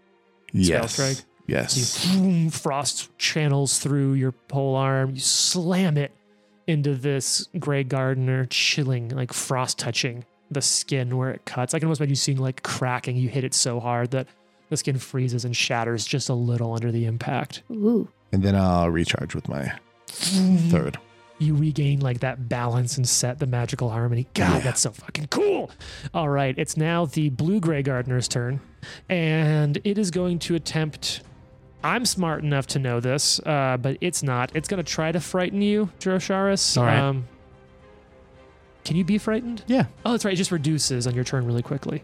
E: yes.
B: strike.
E: Yes.
B: You boom, frost channels through your pole arm. You slam it into this gray gardener, chilling, like frost touching the skin where it cuts. I can almost imagine you seeing like cracking. You hit it so hard that the skin freezes and shatters just a little under the impact.
C: Ooh.
E: And then I'll recharge with my third.
B: You regain like that balance and set the magical harmony. God, that's so fucking cool. All right, it's now the blue gray gardener's turn, and it is going to attempt. I'm smart enough to know this, uh, but it's not. It's going to try to frighten you, Drosharis.
D: All right.
B: Um, can you be frightened?
D: Yeah.
B: Oh, that's right. It just reduces on your turn really quickly.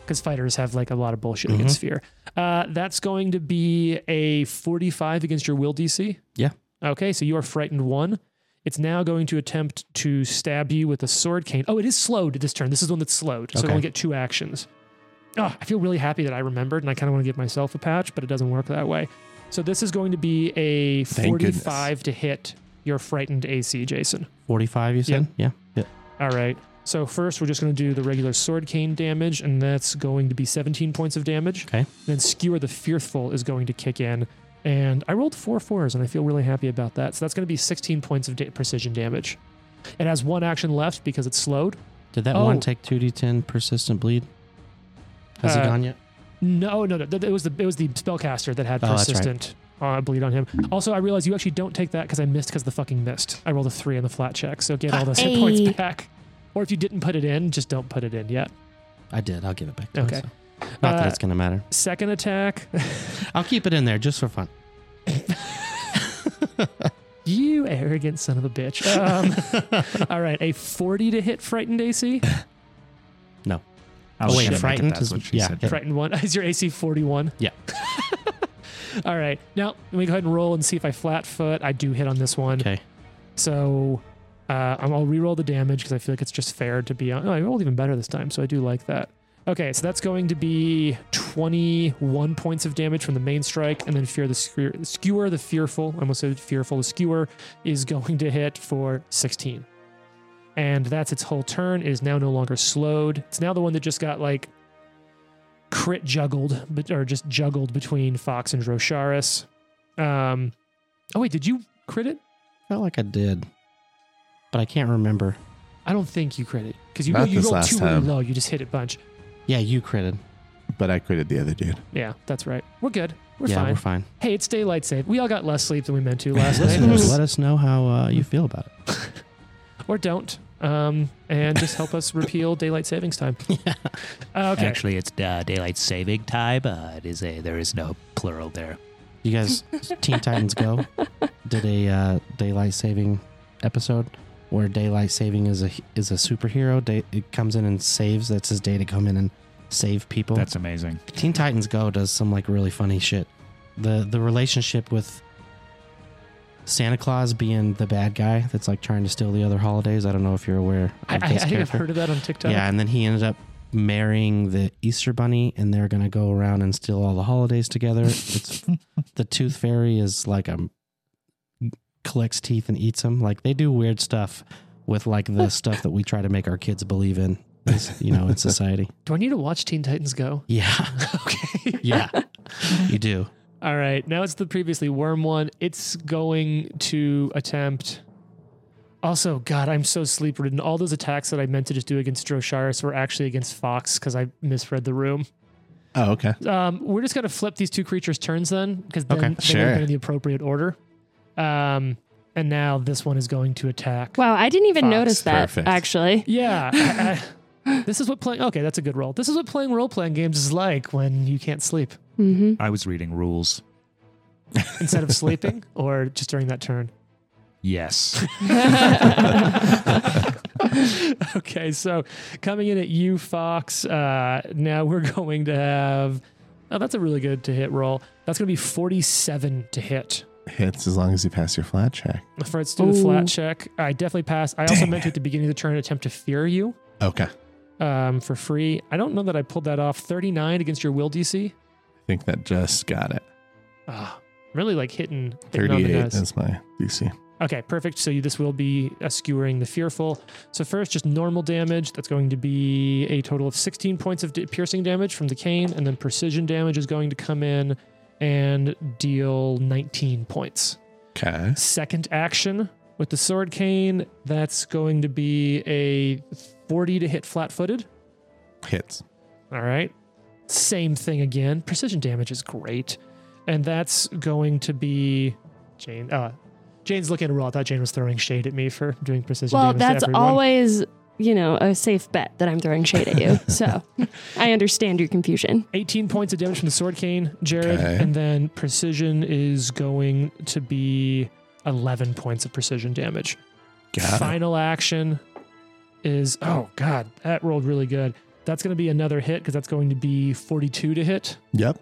B: Because fighters have like a lot of bullshit against fear. Uh, that's going to be a 45 against your will DC.
D: Yeah.
B: Okay, so you are frightened one. It's now going to attempt to stab you with a sword cane. Oh, it is slowed this turn. This is one that's slowed. So
D: Okay.
B: I only get two actions. Oh, I feel really happy that I remembered and I kind of want to give myself a patch, but it doesn't work that way. So this is going to be a
E: Thank goodness.
B: 45 to hit your frightened AC, Jason.
D: 45, you said? Yeah. yeah.
B: All right. So first, we're just going to do the regular sword cane damage, and that's going to be 17 points of damage.
D: Okay.
B: Then skewer the fearful is going to kick in, and I rolled four fours, and I feel really happy about that. So that's going to be 16 points of da- precision damage. It has one action left because it's slowed.
D: Did that
B: Oh.
D: one take 2d10 persistent bleed? Has
B: Uh,
D: it gone yet?
B: No, no, no. th- It was the it was the spellcaster that had
D: Oh, that's right.
B: persistent uh, bleed on him. Also, I realized you actually don't take that because I missed because the fucking missed. I rolled a three on the flat check, so get all those hit points
C: Hey.
B: back. Or if you didn't put it in, just don't put it in yet.
D: I did. I'll give it back to
B: Okay.
D: myself. Not that
B: Uh,
D: it's gonna matter.
B: Second attack.
D: I'll keep it in there just for fun.
B: you arrogant son of a bitch. Um, all right, a 40 to hit frightened AC.
A: I was
D: Oh, wait,
A: gonna make it
D: frightened
A: That's
D: is-
A: what she
D: yeah.
A: said.
D: Yeah.
B: Frightened one. Is your AC 41?
D: Yeah.
B: all right. Now, let me go ahead and roll and see if I flat foot. I do hit on this one.
D: Okay.
B: So uh, I'm- I'll re-roll the damage because I feel like it's just fair to be on. Oh, I rolled even better this time, so I do like that. Okay, so that's going to be 21 points of damage from the main strike, and then fear the skewer, skewer the fearful. I almost said fearful. The skewer is going to hit for 16, and that's its whole turn. It is now no longer slowed. It's now the one that just got like crit juggled, but or just juggled between Fox and Drosharis. Um, oh wait, did you crit it?
D: Felt like I did, but I can't remember.
B: I don't think you crit it because you,
E: Not
B: you
E: this
B: rolled
E: last
B: too
E: time.
B: really low. You just hit it bunch.
D: Yeah, you critted.
E: But I quitted the other dude.
B: Yeah, that's right. We're good. We're
D: yeah,
B: fine.
D: we're fine.
B: hey, it's daylight save. We all got less sleep than we meant to last
D: Listeners,
B: night,
D: let us know how uh, you feel about it.
B: or don't, um, and just help us repeal daylight savings time. Uh, okay.
F: Actually, it's uh, daylight saving time. Uh, it is a there is no plural there.
D: You guys, Teen Titans Go did a uh, daylight saving episode where daylight saving is a is a superhero. Day, it comes in and saves. That's his day to come in and save people.
A: That's amazing.
D: Teen Titans Go does some like really funny shit. The the relationship with Santa Claus being the bad guy that's like trying to steal the other holidays. I don't know if you're aware
B: I, I,
D: of
B: I think
D: this
B: I've
D: character.
B: heard of that on TikTok.
D: Yeah, and then he ended up marrying the Easter Bunny, and they're gonna go around and steal all the holidays together. It's the Tooth Fairy is like a collects teeth and eats them. Like they do weird stuff with like the stuff that we try to make our kids believe in. is, You know, in society.
B: Do I need to watch Teen Titans Go?
D: Yeah,
B: okay.
D: yeah, you do.
B: All right. Now it's the previously worm one. It's going to attempt. Also, God, I'm so sleep ridden. All those attacks that I meant to just do against Drosharis were actually against Fox because I misread the room.
E: Oh, okay.
B: Um, we're just gonna flip these two creatures' turns then, because then
D: Okay.
B: they
E: Sure.
B: would have been in the appropriate order. Um, and now this one is going to attack.
C: Wow, I didn't even
B: Fox.
C: notice that
E: Perfect.
C: actually.
B: Yeah. I- I- this is what playing. Okay, that's a good roll. This is what playing role playing games is like when you can't sleep
C: Mm-hmm.
A: I was reading rules.
B: instead of sleeping or just during that turn.
A: Yes.
B: okay, so coming in at you, Fox. Uh, now we're going to have. Oh, that's a really good to hit roll. That's going to be 47 to hit.
E: Hits as long as you pass your flat check.
B: First, do the flat
C: Ooh.
B: check. I definitely pass. I also meant to at the beginning of the turn attempt to fear you
E: Okay. I
B: um, for free. I don't know that I pulled that off. 39 against your will DC.
E: think that just got it.
B: Ah, really like hitting, hitting on the
E: 38
B: nose.
E: is my DC.
B: Okay, perfect. So you, this will be a skewering the fearful. So first, just normal damage. That's going to be a total of 16 points of d- piercing damage from the cane, and then precision damage is going to come in and deal 19 points.
E: Okay.
B: Second action with the sword cane. That's going to be a 40 to hit flat-footed.
E: Hits.
B: All right. Same thing again. Precision damage is great. And that's going to be Jane. Uh, Jane's looking at a roll. I thought Jane was throwing shade at me for doing precision
C: Well,
B: damage.
C: that's
B: to everyone.
C: always, you know, a safe bet that I'm throwing shade at you. So I understand your confusion.
B: 18 points of damage from the sword cane, Jared.
E: Okay.
B: And then precision is going to be 11 points of precision damage.
E: Got it.
B: Final action is, oh, God, that rolled really good. That's going to be another hit because that's going to be 42 to hit.
E: Yep.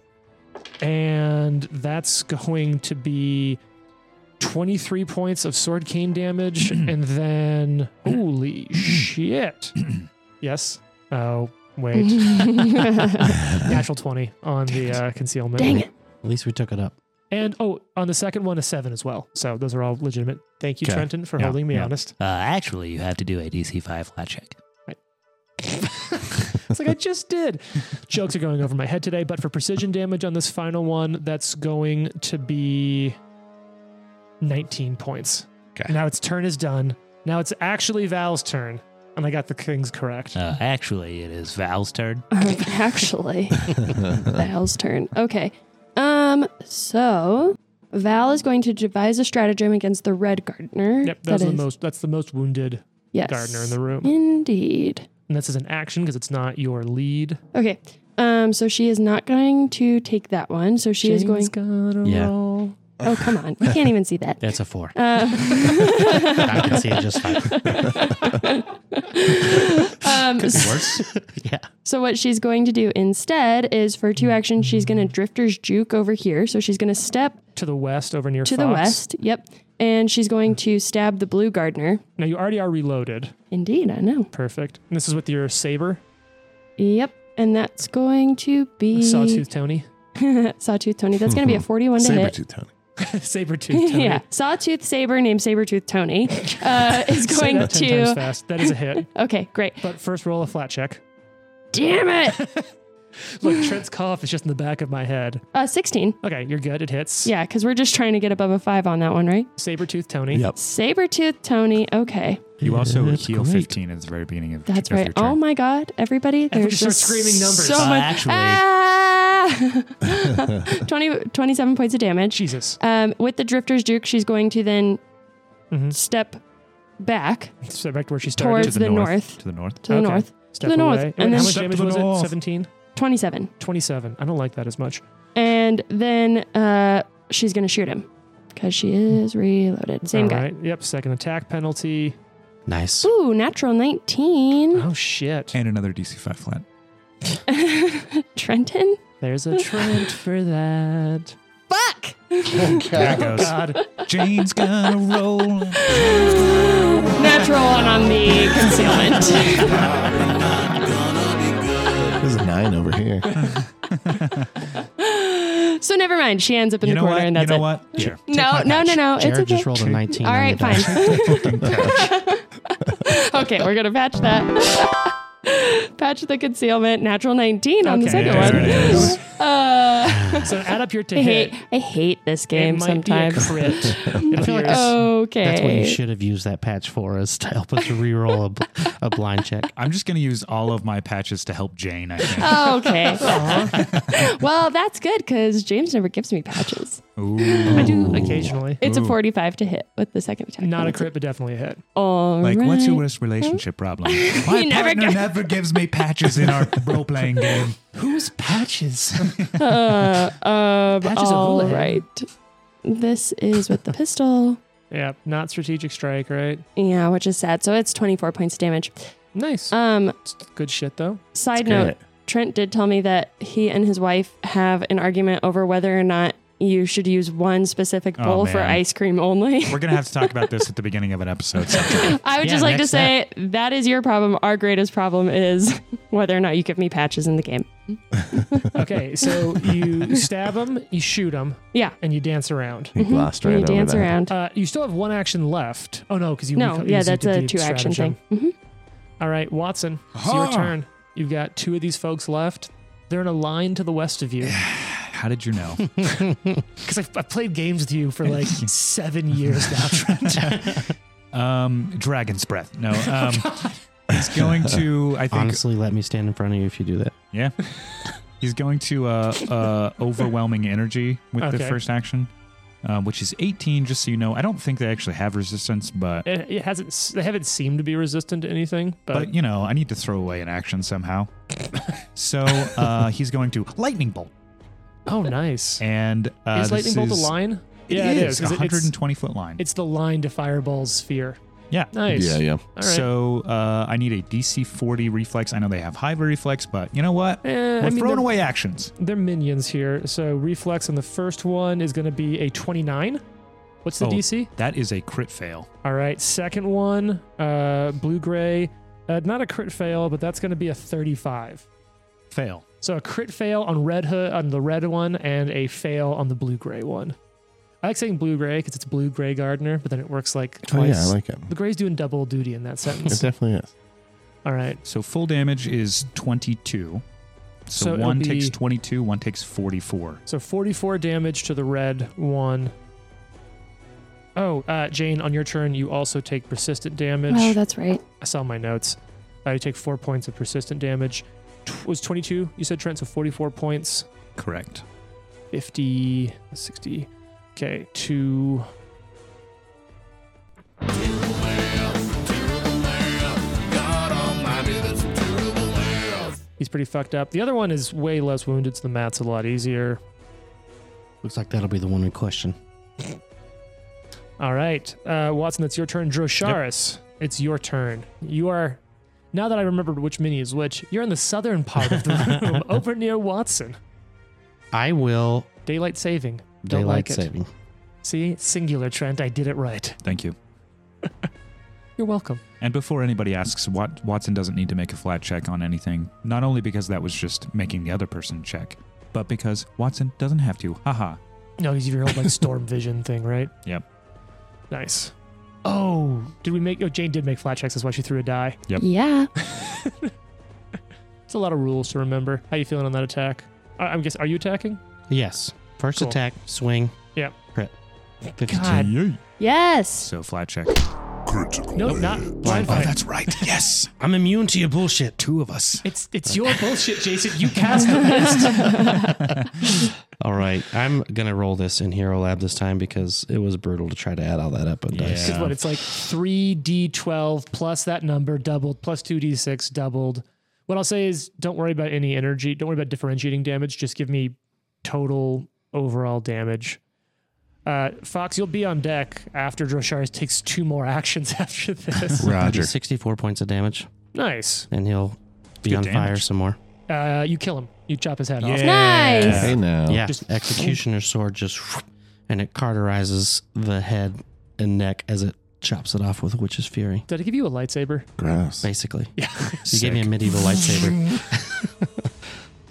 B: and that's going to be 23 points of sword cane damage and then holy shit yes oh wait
C: Dang
B: natural 20 on the uh, concealment
C: it.
D: At least we took it up.
B: and oh on the second one a 7 as well so those are all legitimate thank you
E: Okay.
B: trenton for
A: Yeah,
B: holding me
A: yeah.
B: honest
F: Uh, actually, you have to do a DC five flat check.
B: it's like i just did jokes are going over my head today but for precision damage on this final one that's going to be 19 points
E: Okay.
B: now its turn is done now it's actually val's turn and i got the kings correct
F: Uh, actually, it is Val's turn.
C: Um, actually, Val's turn. Okay. Um. So Val is going to devise a stratagem against the red gardener.
B: yep that's
C: That
B: the
C: is-
B: most that's the most wounded
C: yes.
B: gardener in the room
C: Indeed.
B: and this is an action because it's not your lead
C: Okay. Um, so she is not going to take that one. So she is going.
D: Yeah.
C: Oh, come on. I can't even see that.
D: That's a four.
C: Uh,
D: I can see it just fine.
C: um,
D: Worse? yeah.
C: so what she's going to do instead is for two actions, she's going to drifter's juke over here. So she's going to step
B: To the west over near
C: to
B: Fox.
C: the west. Yep. And she's going to stab the blue gardener.
B: Now you already are reloaded.
C: Indeed, I know.
B: Perfect. And this is with your saber,
C: Yep. And that's going to be
B: Sawtooth Tony.
C: Sawtooth Tony. That's going to be a 41 to hit.
E: Sabertooth Tony.
B: saber tooth Tony.
C: yeah. Sawtooth Saber named Sabertooth Tony uh, is
B: Say
C: going
B: that 10 times
C: to.
B: fast. That is a hit.
C: Okay, great.
B: But first roll a flat check.
C: Damn it.
B: Look, Trent's cough is just in the back of my head.
C: Uh, 16.
B: Okay, you're good. It hits.
C: Yeah, because we're just trying to get above a five on that one, right?
B: Sabertooth Tony.
E: Yep.
C: Sabertooth Tony. Okay.
A: You also
D: That's
A: heal
D: great.
A: 15 at the very beginning of,
C: That's
A: of
C: right.
A: your
C: Oh
A: turn.
C: my God. Everybody,
B: Everybody
C: there's
B: start
C: just
B: screaming numbers.
C: So
B: Uh,
C: much.
F: actually-
C: Ah! 20, 27 points of damage.
B: Jesus.
C: Um, with the Drifter's Duke, she's going to then
B: Mhm.
C: step back
B: Step back to where she started.
C: towards
A: To
C: the, north.
A: To the north.
C: To the
B: Okay.
C: north.
B: Step
C: the north,
B: away.
C: and then
B: how much
C: Step
B: damage
G: to the
B: was it?
G: north.
B: 17?
C: 27.
B: 27. I don't like that as much.
C: And then uh, she's going to shoot him because she is reloaded. Same
B: All
C: guy.
B: right. Yep. Second attack penalty.
D: Nice.
C: Ooh, natural 19.
B: Oh, shit.
A: And another DC5 flat.
C: Trenton?
B: There's a trend for that. Oh,
C: Fuck!
A: There it goes.
B: God.
A: Jane's gonna roll.
C: Natural one on the concealment.
E: There's a nine over here.
C: so never mind. She ends up in
A: You
C: the
A: know
C: corner
A: what? You
C: and that's
A: know
C: it.
A: what?
D: Sure.
C: No, no, no, no.
D: Jared
C: It's okay.
D: just rolled a 19.
C: All
D: on the
C: right,
D: die.
C: fine. okay, we're gonna patch that. patch the concealment. Natural 19 on the
B: Okay.
C: second
A: There
C: one.
A: it is.
C: Uh,
B: So add up your to
C: I hate.
B: hit.
C: I hate this game
B: it might
C: sometimes. Oh.
B: Be a crit. It appears.
C: Okay.
D: That's what you should have used that patch for is to help us reroll a, bl- a blind check.
A: I'm just gonna use all of my patches to help Jane. I think.
C: Okay. well, that's good because James never gives me patches.
A: Ooh.
B: I do occasionally.
C: It's a
A: Ooh.
C: 45 to hit with the second attack.
B: Not a
C: That's it.
B: crit, but definitely a hit.
C: All
A: Like, what's your
C: right.
A: worst relationship problem? My
C: never
A: partner
C: get-
A: never gives me patches in our role playing game. Who's patches?
C: Uh, um,
B: Patches of
C: all
B: Houlihan.
C: right. This is with the pistol.
B: Yeah. Not strategic strike, right?
C: Yeah, which is sad. So it's 24 points of damage.
B: Nice.
C: Um,
B: Good shit, though.
C: side note, Trent did tell me that he and his wife have an argument over whether or not you should use one specific
A: Oh,
C: bowl for
A: man.
C: ice cream only.
A: We're gonna have to talk about this at the beginning of an episode. so-
C: I would
D: Yeah,
C: just like to
D: next
C: say that is your problem. Our greatest problem is whether or not you give me patches in the game.
B: Okay. So you stab him, you shoot him,
C: Yeah.
B: and you dance around.
E: He glossed right
C: and Mm-hmm. you
E: over
C: dance
E: that.
C: around.
B: Uh, you still have one action left. Oh no, because you
C: no,
B: you
C: yeah,
B: used
C: that's
B: the
C: a two action
B: stratagem.
C: thing. hmm
B: All right, Watson, it's your
A: Huh.
B: turn. You've got two of these folks left. They're in a line to the west of you.
A: How did you know?
B: Because I've, I've played games with you for like seven years now, Trent.
A: Um, dragon's breath. No.
B: Oh,
A: Um, he's going to. I think.
D: Honestly, let me stand in front of you if you do that.
A: Yeah. He's going to uh, uh, overwhelming energy with the
B: Okay.
A: first action, um, which is 18. Just so you know, I don't think they actually have resistance, but
B: It, it hasn't. s- They haven't seemed to be resistant to anything, but,
A: but you know, I need to throw away an action somehow. so uh, he's going to lightning bolt,
B: oh, nice.
A: and uh, this
B: is lightning bolt a
A: is-
B: line?
A: It
B: yeah, it
A: is,
B: is. 'cause it- It's,
A: 120 foot line.
B: it's the line to fireball's sphere.
A: yeah.
B: Nice.
E: Yeah, yeah.
B: All right.
A: So uh, I need a DC 40 reflex. I know they have high reflex, but you know what?
B: Eh,
A: We're
B: I mean,
A: throwing
B: they're,
A: away actions.
B: they're minions here. So reflex on the first one is going to be a twenty-nine. What's the
A: Oh.
B: DC?
A: That is a crit fail.
B: All right, second one, uh, blue gray. Uh, not a crit fail, but that's going to be a 35.
A: Fail.
B: So a crit fail on red hood on the red one, and a fail on the blue gray one. I like saying blue gray because it's blue gray gardener, but then it works like
E: Oh,
B: twice.
E: yeah, I like it.
B: the gray's doing double duty in that
E: It
B: sentence.
E: definitely is.
B: All right,
A: So full damage is 22. So,
B: So it'll
A: one
B: be-
A: takes 22, one takes 44.
B: so 44 damage to the red one. Oh, uh, Jane, on your turn, you also take persistent damage.
C: Oh, that's right.
B: I saw my notes. I take four points of persistent damage. Tw was 22, you said, Trent, so 44 points.
A: Correct.
B: 50, 60. Okay, two. He's he's pretty fucked up. The other one is way less wounded, so the math's a lot easier.
D: Looks like that'll be the one in question.
B: All right, uh, Watson, it's your turn. Drosharis, it's your turn. You are now that I remembered which mini is which. You're in the southern part of the room, over near Watson.
D: I will
B: Daylight saving. Don't like
D: daylight
B: it.
D: saving.
B: See, singular Trent. I did it right.
A: Thank you.
B: You're welcome.
A: And before anybody asks, Wat- Watson doesn't need to make a flat check on anything, not only because that was just making the other person check, but because Watson doesn't have to. Haha.
B: No, he's your old like storm vision thing, right?
A: Yep.
B: Nice. Oh, did we make? Oh, Jane did make flat checks. That's why she threw a die.
A: Yep.
C: Yeah.
B: It's a lot of rules to remember. How you feeling on that attack? I, I'm guess. Are you attacking?
D: Yes. First
B: Cool.
D: attack, swing.
B: Yep.
D: Crit. 52.
B: God,
C: Yes.
A: So flat check. Hmm.
H: Critical.
B: no, not blind fight.
A: right. Yes.
D: I'm immune to your bullshit.
A: Two of us.
B: It's it's your bullshit, Jason. You cast the mist.
D: All right. I'm going to roll this in Hero Lab this time because it was brutal to try to add all that up on dice.
B: Because what? It's like three d twelve plus that number doubled plus two d six doubled. What I'll say is, don't worry about any energy. Don't worry about differentiating damage. Just give me total overall damage. Uh, Fox, you'll be on deck after Drosharis takes two more actions after this.
E: Roger.
D: 64 points of damage,
B: nice.
D: and he'll be
A: good
D: on fire
A: damage.
D: some more.
B: Uh, you kill him. You chop his head off.
C: Nice.
E: Hey now.
D: yeah.
B: Just-
D: Executioner's sword just, and it carterizes the head and neck as it chops it off with Witch's Fury,
B: Did I give you a lightsaber?
E: Gross.
D: basically.
B: Yeah.
D: You gave me a medieval lightsaber.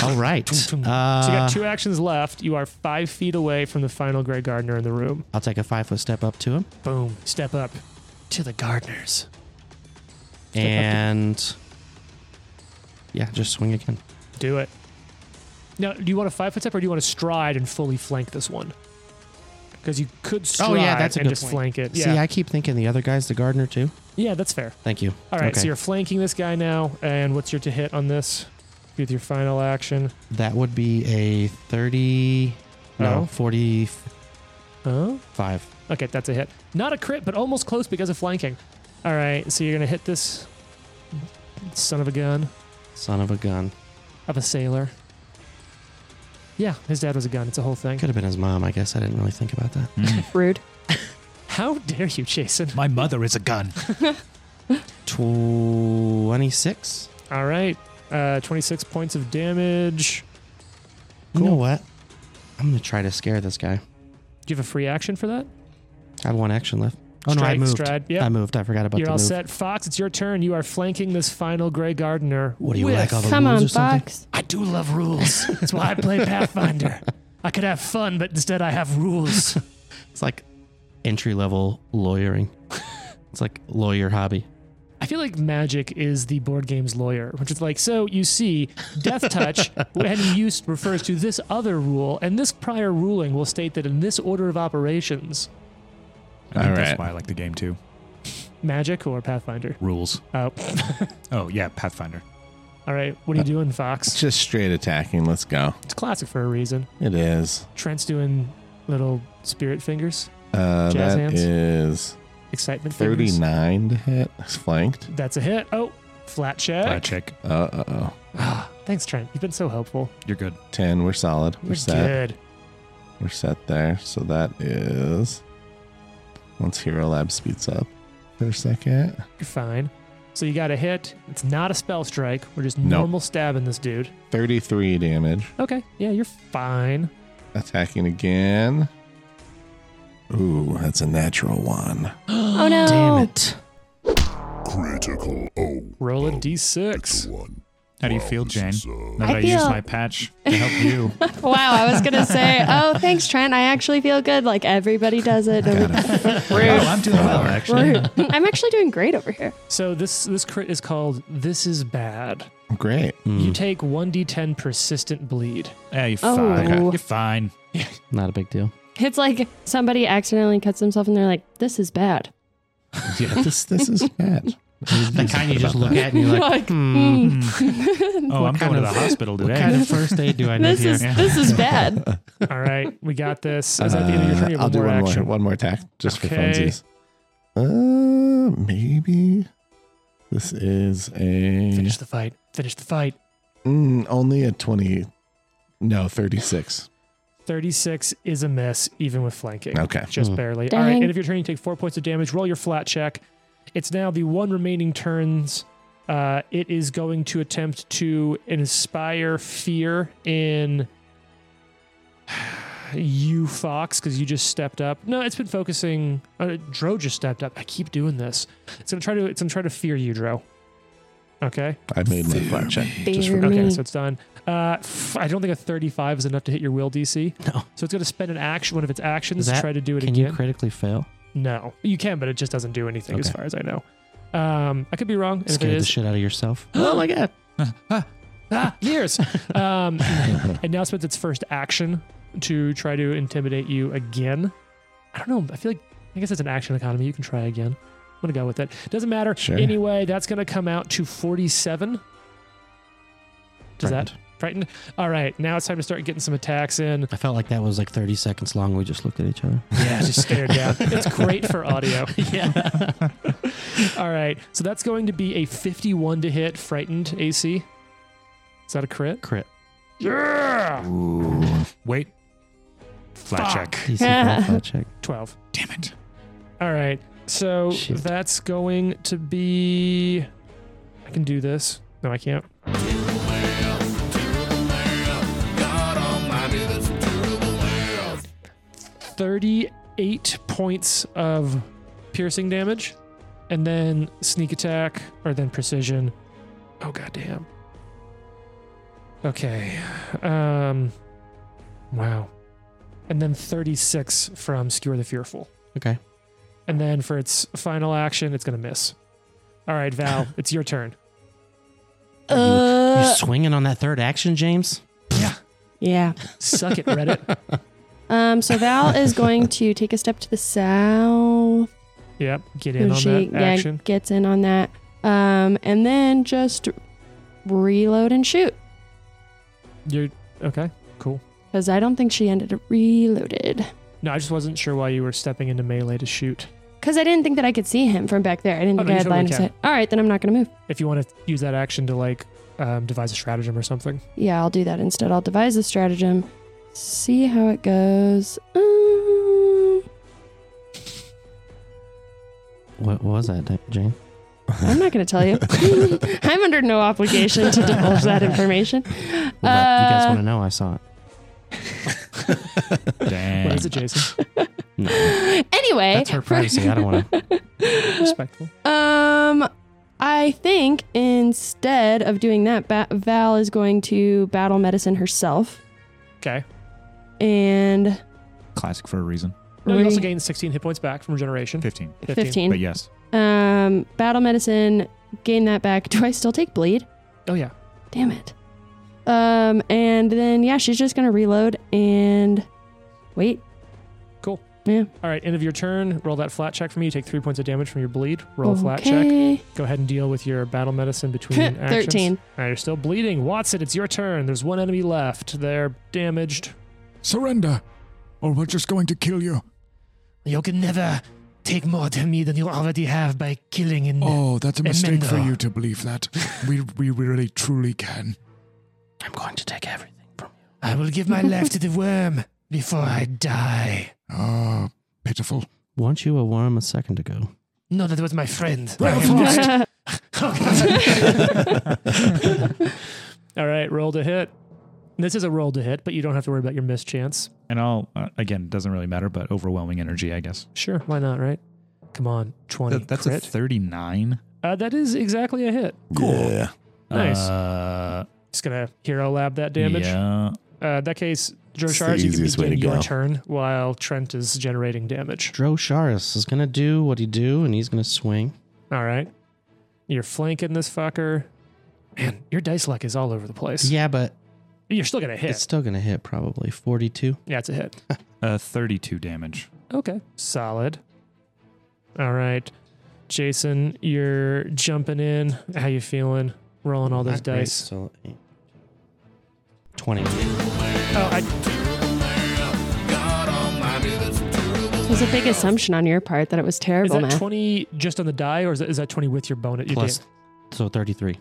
D: All right.
B: Tum, tum. so you
D: Uh,
B: got two actions left. You are five feet away from the final Grey Gardener in the room.
D: I'll take a five foot step up to him.
B: Boom. Step up to the gardeners.
D: and yeah, just swing again.
B: Do it. Now, do you want a five foot step or do you want to stride and fully flank this one? Because you could stride
D: Oh, yeah, that's a
B: and
D: good
B: just
D: point.
B: flank it.
D: See,
B: Yeah.
D: I keep thinking the other guy's the gardener too.
B: yeah, that's fair.
D: Thank you.
B: All right,
D: Okay.
B: so you're flanking this guy now. And what's your to hit on this with your final action?
D: That would be a thirty,
B: Oh.
D: no, forty-five.
B: Huh? Okay, that's a hit. Not a crit, but almost close because of flanking. All right, so you're gonna hit this son of a gun
D: Son of a gun.
B: of a sailor. Yeah, his dad was a gun. It's a whole thing.
D: Could have been his mom. I guess I didn't really think about that.
C: Rude.
B: How dare you, Jason?
F: My mother is a gun.
D: Twenty-six.
B: All right, uh, 26 points of damage.
D: You know
B: Cool.
D: what? I'm gonna try to scare this guy.
B: Do you have a free action for that?
D: I have one action left. Oh no, I
B: Strike,
D: moved.
B: stride. Yep.
D: I moved. I forgot about
B: You're
D: the
B: all
D: move.
B: set. Fox, it's your turn. You are flanking this final Grey Gardener.
D: What do you
B: with-
D: like? All the
C: Come
D: rules
C: on,
D: or something?
C: Fox.
B: I do love rules. That's why I play Pathfinder. I could have fun, but instead I have rules.
D: It's like entry level lawyering. it's like lawyer hobby.
B: I feel like magic is the board game's lawyer, which is like, so you see, death touch, when used, refers to this other rule, and this prior ruling will state that in this order of operations,
A: I think
E: All
A: that's
E: right.
A: why I like the game too.
B: magic or Pathfinder.
A: Rules.
B: Oh,
A: Oh yeah, Pathfinder.
B: all right. What are you
D: Uh,
B: doing, Fox?
E: Just straight attacking. Let's go.
B: It's classic for a reason.
E: It is.
B: Trent's doing little spirit fingers,
E: Uh,
B: Jazz
E: that
B: hands?
E: is
B: excitement fingers.
E: 39 to hit. It's flanked.
B: That's a hit. Oh, flat check.
A: Flat check.
E: Uh uh oh.
B: Thanks, Trent. You've been so helpful.
A: You're good.
E: 10. We're solid. We're,
B: You're
E: set.
B: good.
E: We're set there. So that is. Once Hero Lab speeds up for a second.
B: You're fine. So you got a hit. It's not a spell strike. We're just
E: Nope.
B: normal stabbing this dude.
E: 33 damage.
B: Okay. Yeah, you're fine.
E: Attacking again. Ooh, that's a natural one.
C: Oh no.
D: Damn it.
H: Critical. Oh,
B: Roll a
H: it's
B: d6.
H: a one.
A: How do you
H: Wow,
A: feel,
H: this
A: Jane?
H: is, uh,
A: Now that I,
C: I
A: used
C: feel-
A: my patch to help you.
C: Wow, I was gonna say, oh, thanks, Trent. I actually feel good. Like everybody does it.
A: oh, I'm doing well actually.
C: Rude. I'm actually doing great over here.
B: So this this crit is called This Is Bad.
E: Great.
D: Hmm.
B: You take 1d10 persistent bleed.
A: Hey, you're
C: Oh.
A: fine.
C: Okay.
A: You're fine.
D: Not a big deal.
C: It's like somebody accidentally cuts themselves, and they're like, "This is bad."
E: Yeah, this this is bad.
D: That kind you just look at and you're like, hmm,
A: Oh, I'm going to
D: kind
A: the
D: of-
A: hospital
D: what
A: today.
D: kind of first aid do I need
C: This
D: here?
C: is this is bad.
B: All right, we got this. Is that the end of your turn? You have
E: Uh, I'll do
B: one more
E: one
B: action.
E: more one more attack just
B: Okay.
E: for funsies. Uh, maybe this is a
B: Finish the fight. Finish the fight.
E: Mm, only a 20. No, 36.
B: 36 is a miss, even with flanking.
E: Okay.
B: Just
D: Hmm.
B: barely.
C: Dang.
B: All right. And if you're turning, you take four points of damage. Roll your flat check. It's now the one remaining turns. Uh, it is going to attempt to inspire fear in you, Fox, because you just stepped up. No, it's been focusing. Uh, Dro just stepped up. I keep doing this. It's gonna try to. It's gonna try to fear you, Dro. Okay.
E: I made my flat check. Just
C: Fear
E: for,
C: me.
B: Okay, so it's done. Uh, f- I don't think a 35 is enough to hit your will DC.
D: No.
B: So it's going to spend an action, one of its actions,
D: Is that-
B: to try to do it
D: Can you
B: again.
D: critically fail?
B: no, you can, but it just doesn't do anything as
D: Okay.
B: far as I know. Um, I could be wrong. and If it
D: Scared the
B: is,
D: shit out of yourself.
B: oh my god! ah, years. Um, it now spends its first action to try to intimidate you again. I don't know. I feel like I guess it's an action economy. You can try again. I'm gonna go with it. Doesn't matter.
E: Sure.
B: Anyway, that's gonna come out to 47. Does that frightened? All right, now it's time to start getting some attacks in.
D: I felt like that was like 30 seconds long. We just looked at each other.
B: Yeah, just stared down. It's great for audio.
D: yeah.
B: All right, so that's going to be a 51 to hit frightened AC. Is that a crit?
D: Crit.
B: Yeah.
A: Wait. Flat check.
D: DC flat check.
B: 12.
A: Damn it.
B: All right. So
D: Shit.
B: that's going to be. I can do this. No, I can't. Thirty-eight points of piercing damage, and then sneak attack, or then precision. Oh goddamn. Okay. Um. Wow. And then thirty-six from Skewer the Fearful.
D: Okay.
B: And then for its final action, it's going to miss. All right, Val, it's your turn.
D: you
C: Uh,
D: swinging on that third action, James?
C: yeah.
B: Suck it, Reddit.
C: Um, so Val is going to take a step to the south.
B: Yep, get in
C: So
B: on
C: she
B: that
C: yeah,
B: action.
C: gets in on that. Um, and then just reload and shoot.
B: You're okay. Cool.
C: Because I don't think she ended it reloaded.
B: No, I just wasn't sure why you were stepping into melee to shoot.
C: Because I didn't think that I could see him from back there. I didn't
B: Oh,
C: think
B: no,
C: I
B: you
C: had
B: totally
C: line of
B: can.
C: sight. All right, then I'm not going to move.
B: If you want to use that action to like um, devise a stratagem or something.
C: Yeah, I'll do that instead. I'll devise a stratagem, see how it goes. Um,
D: What was that, James?
C: I'm not going to tell you. I'm under no obligation to divulge that information.
D: Well, that, you guys
C: Uh,
D: want to know? I saw it.
A: Dang.
B: What is it, Jason?
D: No,
C: Um, Anyway,
D: that's her privacy. I don't want to.
B: Respectful.
C: Um, I think instead of doing that, ba- Val is going to battle medicine herself
B: Okay.
C: and
A: Classic for a reason.
B: No, you also
C: re-
B: gain 16 hit points back from regeneration.
A: 15.
B: 15.
A: But yes.
C: Um, battle medicine, gain that back. Do I still take bleed?
B: Oh, yeah.
C: Damn it. Um, and then yeah, she's just gonna reload and wait.
B: All right, end of your turn. Roll that flat check for me. You take three points of damage from your bleed. Roll a flat check.
C: Okay.
B: Go ahead and deal with your battle medicine between actions.
C: Thirteen.
B: All right, you're still bleeding. Watson, it's your turn. There's one enemy left. They're damaged.
G: Surrender, or we're just going to kill you.
F: You can never take more to me than you already have by killing and
G: Oh, that's a mistake for
F: Emendo.
G: you to believe that. We we really truly can.
D: I'm going to take everything from you.
F: I will give my life to the worm before I die.
G: Ah, pitiful.
D: Weren't you a worm a second ago?
F: No, that was my friend.
B: All right, roll to hit. This is a roll to hit, but you don't have to worry about your miss chance.
A: And I'll, uh, again, doesn't really matter, but overwhelming energy, I guess.
B: Sure, why not, right? Come on, 20.
A: Th- that's
B: crit.
A: a 39.
B: uh, that is exactly a hit.
E: Yeah.
B: Nice.
A: Uh,
B: Just going to hero lab that damage.
A: Yeah.
B: Uh, in that case,
E: It's the
B: Droshars, you can
E: easiest way
B: begin
E: to
B: your
E: go.
B: turn while Trent is generating damage.
D: Drosharis is going to do what he do, and he's going to swing.
B: All right. You're flanking this fucker. Man, your dice luck is all over the place.
D: Yeah, but
B: You're still going to hit.
D: it's still going to hit probably 42.
B: yeah, it's a hit.
A: Uh, 32 damage.
B: Okay. Solid. All right. Jason, you're jumping in. How you feeling? Rolling all those
D: Not great,
B: dice.
D: so eight, 20.
B: Oh, I,
C: It was a big assumption on your part that it was
B: is
C: terrible,
B: that
C: man.
B: 20 just on the die or is that, is that 20 with your bonus? Your
D: Plus,
B: da-
D: so 33.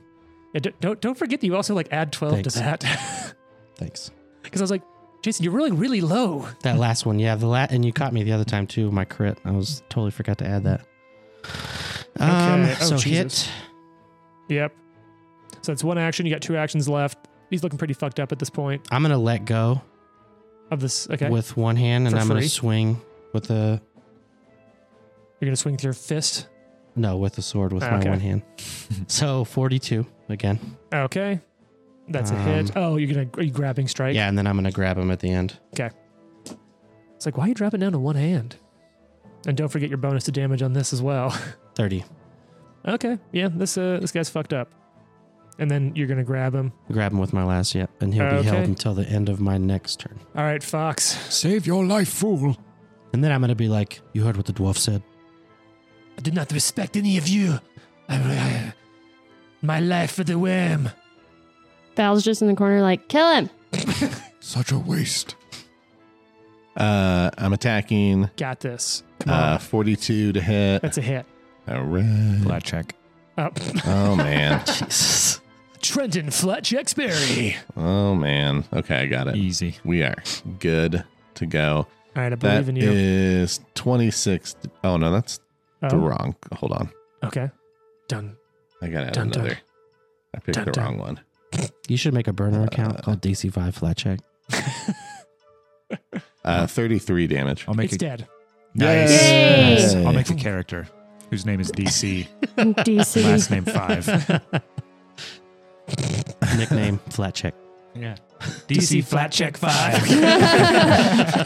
B: Yeah, don't- don't don't forget that you also like add twelve to
D: Thanks.
B: that.
D: Thanks.
B: Because I was like, Jason, you're really really low.
D: That last one, yeah, the la- and you caught me the other time too. with My crit, I was totally forgot to add that. Um,
B: Okay. Oh,
D: so
B: Jesus.
D: hit.
B: Yep. So that's one action. You got two actions left. He's looking pretty fucked up at this point.
D: I'm gonna let go
B: Of this, okay,
D: with one hand, and
B: For
D: I'm gonna
B: free?
D: swing with the
B: you're gonna swing with your fist.
D: no with the sword with
B: Okay.
D: my one hand. so 42 again.
B: Okay, that's a hit.
D: Um,
B: Oh, you're gonna are you grabbing strike?
D: Yeah, and then I'm gonna grab him at the end.
B: It's like why are you dropping down to one hand? And don't forget your bonus to damage on this as well.
D: 30.
B: Okay, yeah, this uh, this guy's fucked up. And then you're gonna grab him.
D: Grab him with my last, yep, and he'll be
B: Okay.
D: held until the end of my next turn.
B: All right, Fox.
G: Save your life, fool.
D: And then I'm gonna be like, "You heard what the dwarf said."
B: I do not respect any of you. I, I- my life for the worm.
C: Val's just in the corner, like, kill him.
G: Such a waste.
E: Uh, I'm attacking.
B: Got this. Come on.
E: Uh, 42 to hit.
B: That's a hit.
E: All right.
A: Flat check.
B: Oh.
E: Oh man.
D: Jesus.
B: Trenton Fletchexberry.
E: Oh man. Okay, I got it.
A: Easy.
E: We are good to go.
B: All right, I believe
E: That
B: in you.
E: is 26. Oh no, that's the
B: Oh,
E: wrong. Hold on.
B: okay. Done.
E: I gotta add
B: Dun, dun.
E: another. I picked
B: Dun,
E: the
B: dun.
E: wrong one.
D: You should make a burner account called DC5 Flat Check.
E: Uh, 33 damage.
A: I'll make
B: it's
A: a
B: dead.
A: nice.
C: Yay!
A: Nice. I'll make a character whose name is DC, last
C: DC.
A: name five.
D: Nickname Flat Check.
A: Yeah.
B: DC flat check five.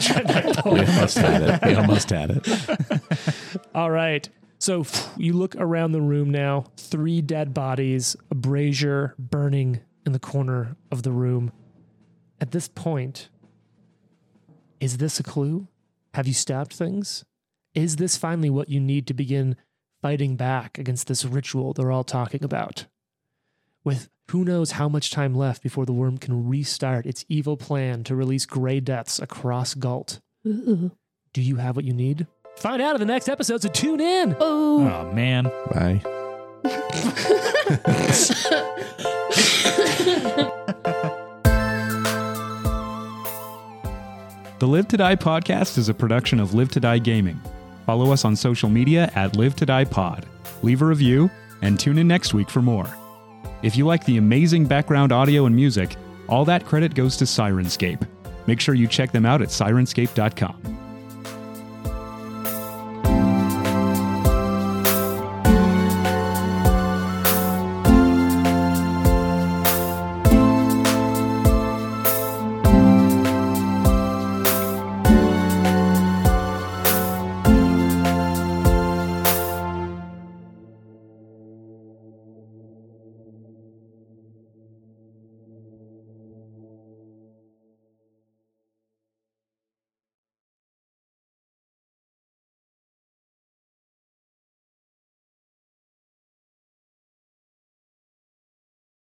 B: Trenton
E: We
B: pulled
E: almost had it. We almost had it.
B: All right. So you look around the room now. Three dead bodies, a brazier burning in the corner of the room. At this point, is this a clue? Have you stopped things? Is this finally what you need to begin fighting back against this ritual they're all talking about? With who knows how much time left before the worm can restart its evil plan to release gray deaths across Galt.
C: Ooh.
B: Do you have what you need? Find out in the next episode, so tune in.
C: Oh.
A: Oh man.
E: Bye.
A: The Live to Die podcast is a production of Live to Die Gaming. Follow us on social media at Live to Die Pod. Leave a review and tune in next week for more. If you like the amazing background audio and music, all that credit goes to Sirenscape. Make sure you check them out at sirenscape.com.